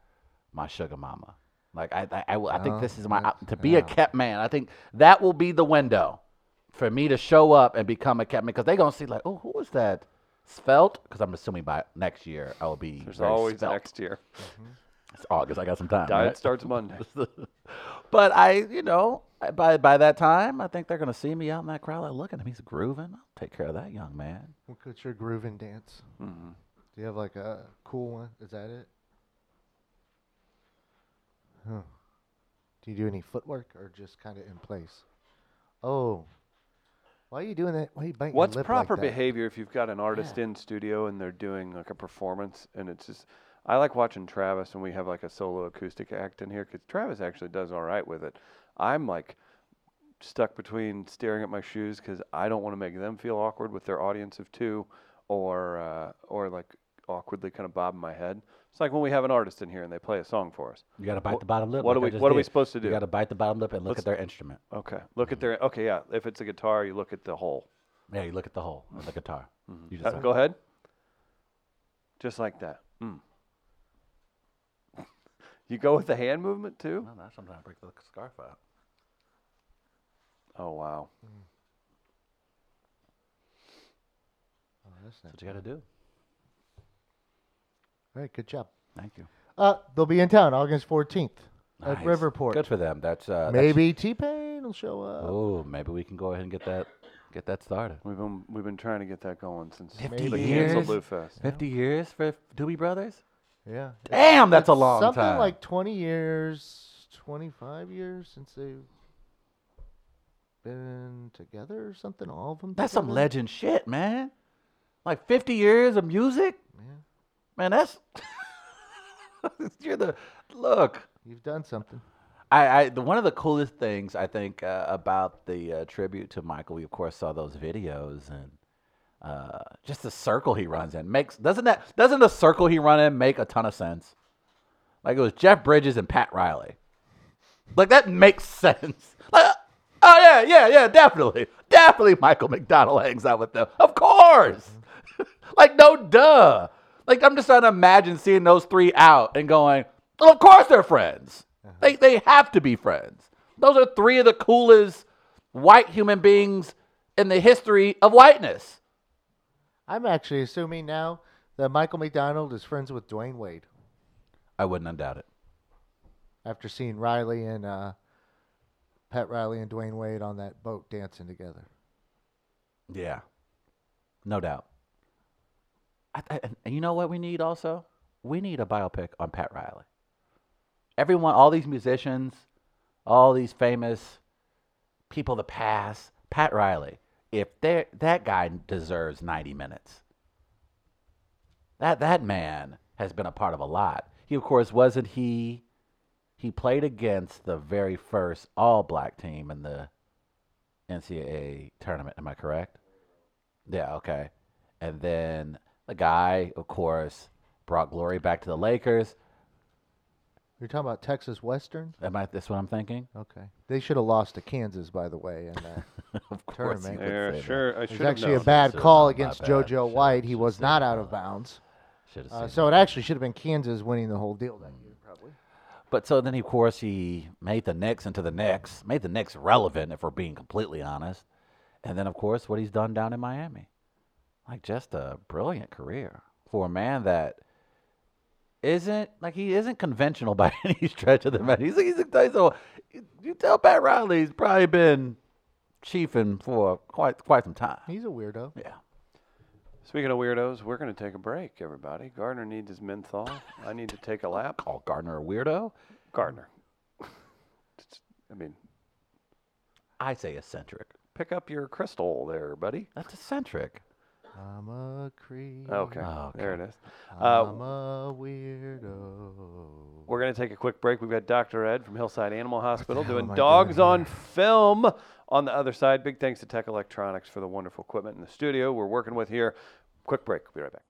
Speaker 1: my sugar mama. Like, I, I, I, will- I think
Speaker 2: Oh,
Speaker 1: this is my, op- to be a kept man, I think that will be the window for me to show up and become a kept man because they're going to see, like, oh, who is that? Svelte? Because I'm assuming by next year I will be.
Speaker 2: There's
Speaker 1: very
Speaker 2: always
Speaker 1: svelte.
Speaker 2: next year.
Speaker 1: It's August. I got some time.
Speaker 2: Diet
Speaker 1: right?
Speaker 2: starts Monday.
Speaker 1: *laughs* but I, you know, I- by by that time, I think they're gonna see me out in that crowd, like looking at me. He's grooving. I'll take care of that young man.
Speaker 3: What's your grooving dance?
Speaker 1: Mm-hmm.
Speaker 3: Do you have like a cool one? Is that it? Huh. Do you do any footwork or just kind of in place? Oh, why are you doing that? Why are you biting
Speaker 2: What's
Speaker 3: your lip
Speaker 2: proper
Speaker 3: like that?
Speaker 2: behavior if you've got an artist in studio and they're doing like a performance and it's just I like watching Travis and we have like a solo acoustic act in here because Travis actually does all right with it. I'm like stuck between staring at my shoes because I don't want to make them feel awkward with their audience of two, or uh, or like awkwardly kind of bobbing my head. It's like when we have an artist in here and they play a song for us.
Speaker 1: You got to bite
Speaker 2: Wha-
Speaker 1: the bottom lip.
Speaker 2: what
Speaker 1: like I
Speaker 2: are we-
Speaker 1: just
Speaker 2: what are we
Speaker 1: did.
Speaker 2: supposed to do?
Speaker 1: You got to bite the bottom lip and look at their instrument.
Speaker 2: Okay, look at their okay, yeah. If it's a guitar, you look at the whole.
Speaker 1: Yeah, you look at the hole of the guitar. You
Speaker 2: Uh,
Speaker 1: just
Speaker 2: go ahead. Just like that. Mm. *laughs* You go with the hand movement too?
Speaker 1: No, that's sometimes I break the scarf out.
Speaker 2: Oh wow.
Speaker 3: Oh, that's
Speaker 1: That's
Speaker 3: nice.
Speaker 1: what you got to do.
Speaker 3: All right, good job.
Speaker 1: Thank you.
Speaker 3: Uh, they'll be in town August 14th at
Speaker 1: Nice.
Speaker 3: Riverport.
Speaker 1: Good for them. That's uh, that's-
Speaker 3: Maybe T Pain will show up.
Speaker 1: oh, maybe we can go ahead and get that get that started.
Speaker 2: We've been we've been trying to get that going since
Speaker 1: 50
Speaker 2: the
Speaker 1: years?
Speaker 2: canceled Lou Fest.
Speaker 1: Fifty years for Doobie Brothers.
Speaker 3: Yeah.
Speaker 1: Damn, that's a long
Speaker 3: Something
Speaker 1: time.
Speaker 3: like 20 years, 25 years since they've been together or something. All of them.
Speaker 1: that's some
Speaker 3: together?
Speaker 1: legend shit, man. Like fifty years of music,
Speaker 3: Yeah.
Speaker 1: man. That's *laughs* you're the look.
Speaker 3: You've done something.
Speaker 1: I, I the, one of the coolest things I think uh, about the uh, tribute to Michael, we of course saw those videos and uh, just the circle he runs in makes doesn't that doesn't the circle he run in make a ton of sense? Like it was Jeff Bridges and Pat Riley, like that makes *laughs* sense. Like, oh yeah, yeah, yeah, definitely, definitely. Michael McDonald hangs out with them, of course. like no duh. Like I'm just trying to imagine seeing those three out and going, well, of course they're friends. They they have to be friends. Those are three of the coolest white human beings in the history of whiteness.
Speaker 3: I'm actually assuming now that Michael McDonald is friends with Dwayne Wade
Speaker 1: I wouldn't undoubt it.
Speaker 3: after seeing Riley and uh, Pat Riley and Dwayne Wade on that boat dancing together.
Speaker 1: Yeah, no doubt. I, I, and you know what we need also? We need a biopic on Pat Riley. Everyone, all these musicians, all these famous people of the past, Pat Riley. If they that guy deserves ninety minutes. That that man has been a part of a lot. He of course wasn't he. He played against the very first all-black team in the NCAA tournament. Am I correct? Yeah, okay. And then the guy, of course, brought glory back to the Lakers.
Speaker 3: You're talking about Texas Western?
Speaker 1: Am I this what I'm thinking? *laughs*
Speaker 3: Okay. They should have lost to Kansas, by the way. And uh,
Speaker 1: of you would
Speaker 3: Tournament.
Speaker 2: Yeah,
Speaker 1: say that.
Speaker 2: sure. I
Speaker 3: it
Speaker 2: should
Speaker 3: was actually a
Speaker 1: known.
Speaker 3: bad
Speaker 1: Should've
Speaker 3: call
Speaker 1: known. My
Speaker 3: against
Speaker 1: bad.
Speaker 3: JoJo
Speaker 1: Should've-
Speaker 3: White. He was
Speaker 1: should've
Speaker 3: not
Speaker 1: seen
Speaker 3: out
Speaker 1: that.
Speaker 3: of bounds.
Speaker 1: Should've
Speaker 3: Uh,
Speaker 1: seen
Speaker 3: so it actually should have been Kansas winning the whole deal that year, probably.
Speaker 1: But so then, of course, he made the Knicks into the Knicks, made the Knicks relevant, if we're being completely honest. And then, of course, what he's done down in Miami. Like, just a brilliant career for a man that isn't, like, he isn't conventional by *laughs* any stretch of the matter. He's, he's, a, he's a, you tell Pat Riley he's probably been chiefing for quite quite some time.
Speaker 3: He's a weirdo.
Speaker 1: Yeah.
Speaker 2: Speaking of weirdos, we're going to take a break, everybody. Gardner needs his menthol. I need to take a lap.
Speaker 1: Call Gardner a weirdo.
Speaker 2: Gardner. It's- *laughs* I mean,
Speaker 1: I say eccentric.
Speaker 2: pick up your crystal there, buddy.
Speaker 1: That's eccentric.
Speaker 3: I'm a creep.
Speaker 2: Okay.
Speaker 1: Okay.
Speaker 2: There it is. Uh,
Speaker 3: I'm a weirdo.
Speaker 2: We're going to take a quick break. We've got Dr. Ed from Hillside Animal Hospital
Speaker 3: hell
Speaker 2: doing
Speaker 3: am I
Speaker 2: Dogs
Speaker 3: doing
Speaker 2: on Film on the other side. Big thanks to Tech Electronics for the wonderful equipment in the studio we're working with here. Quick break. Be right back.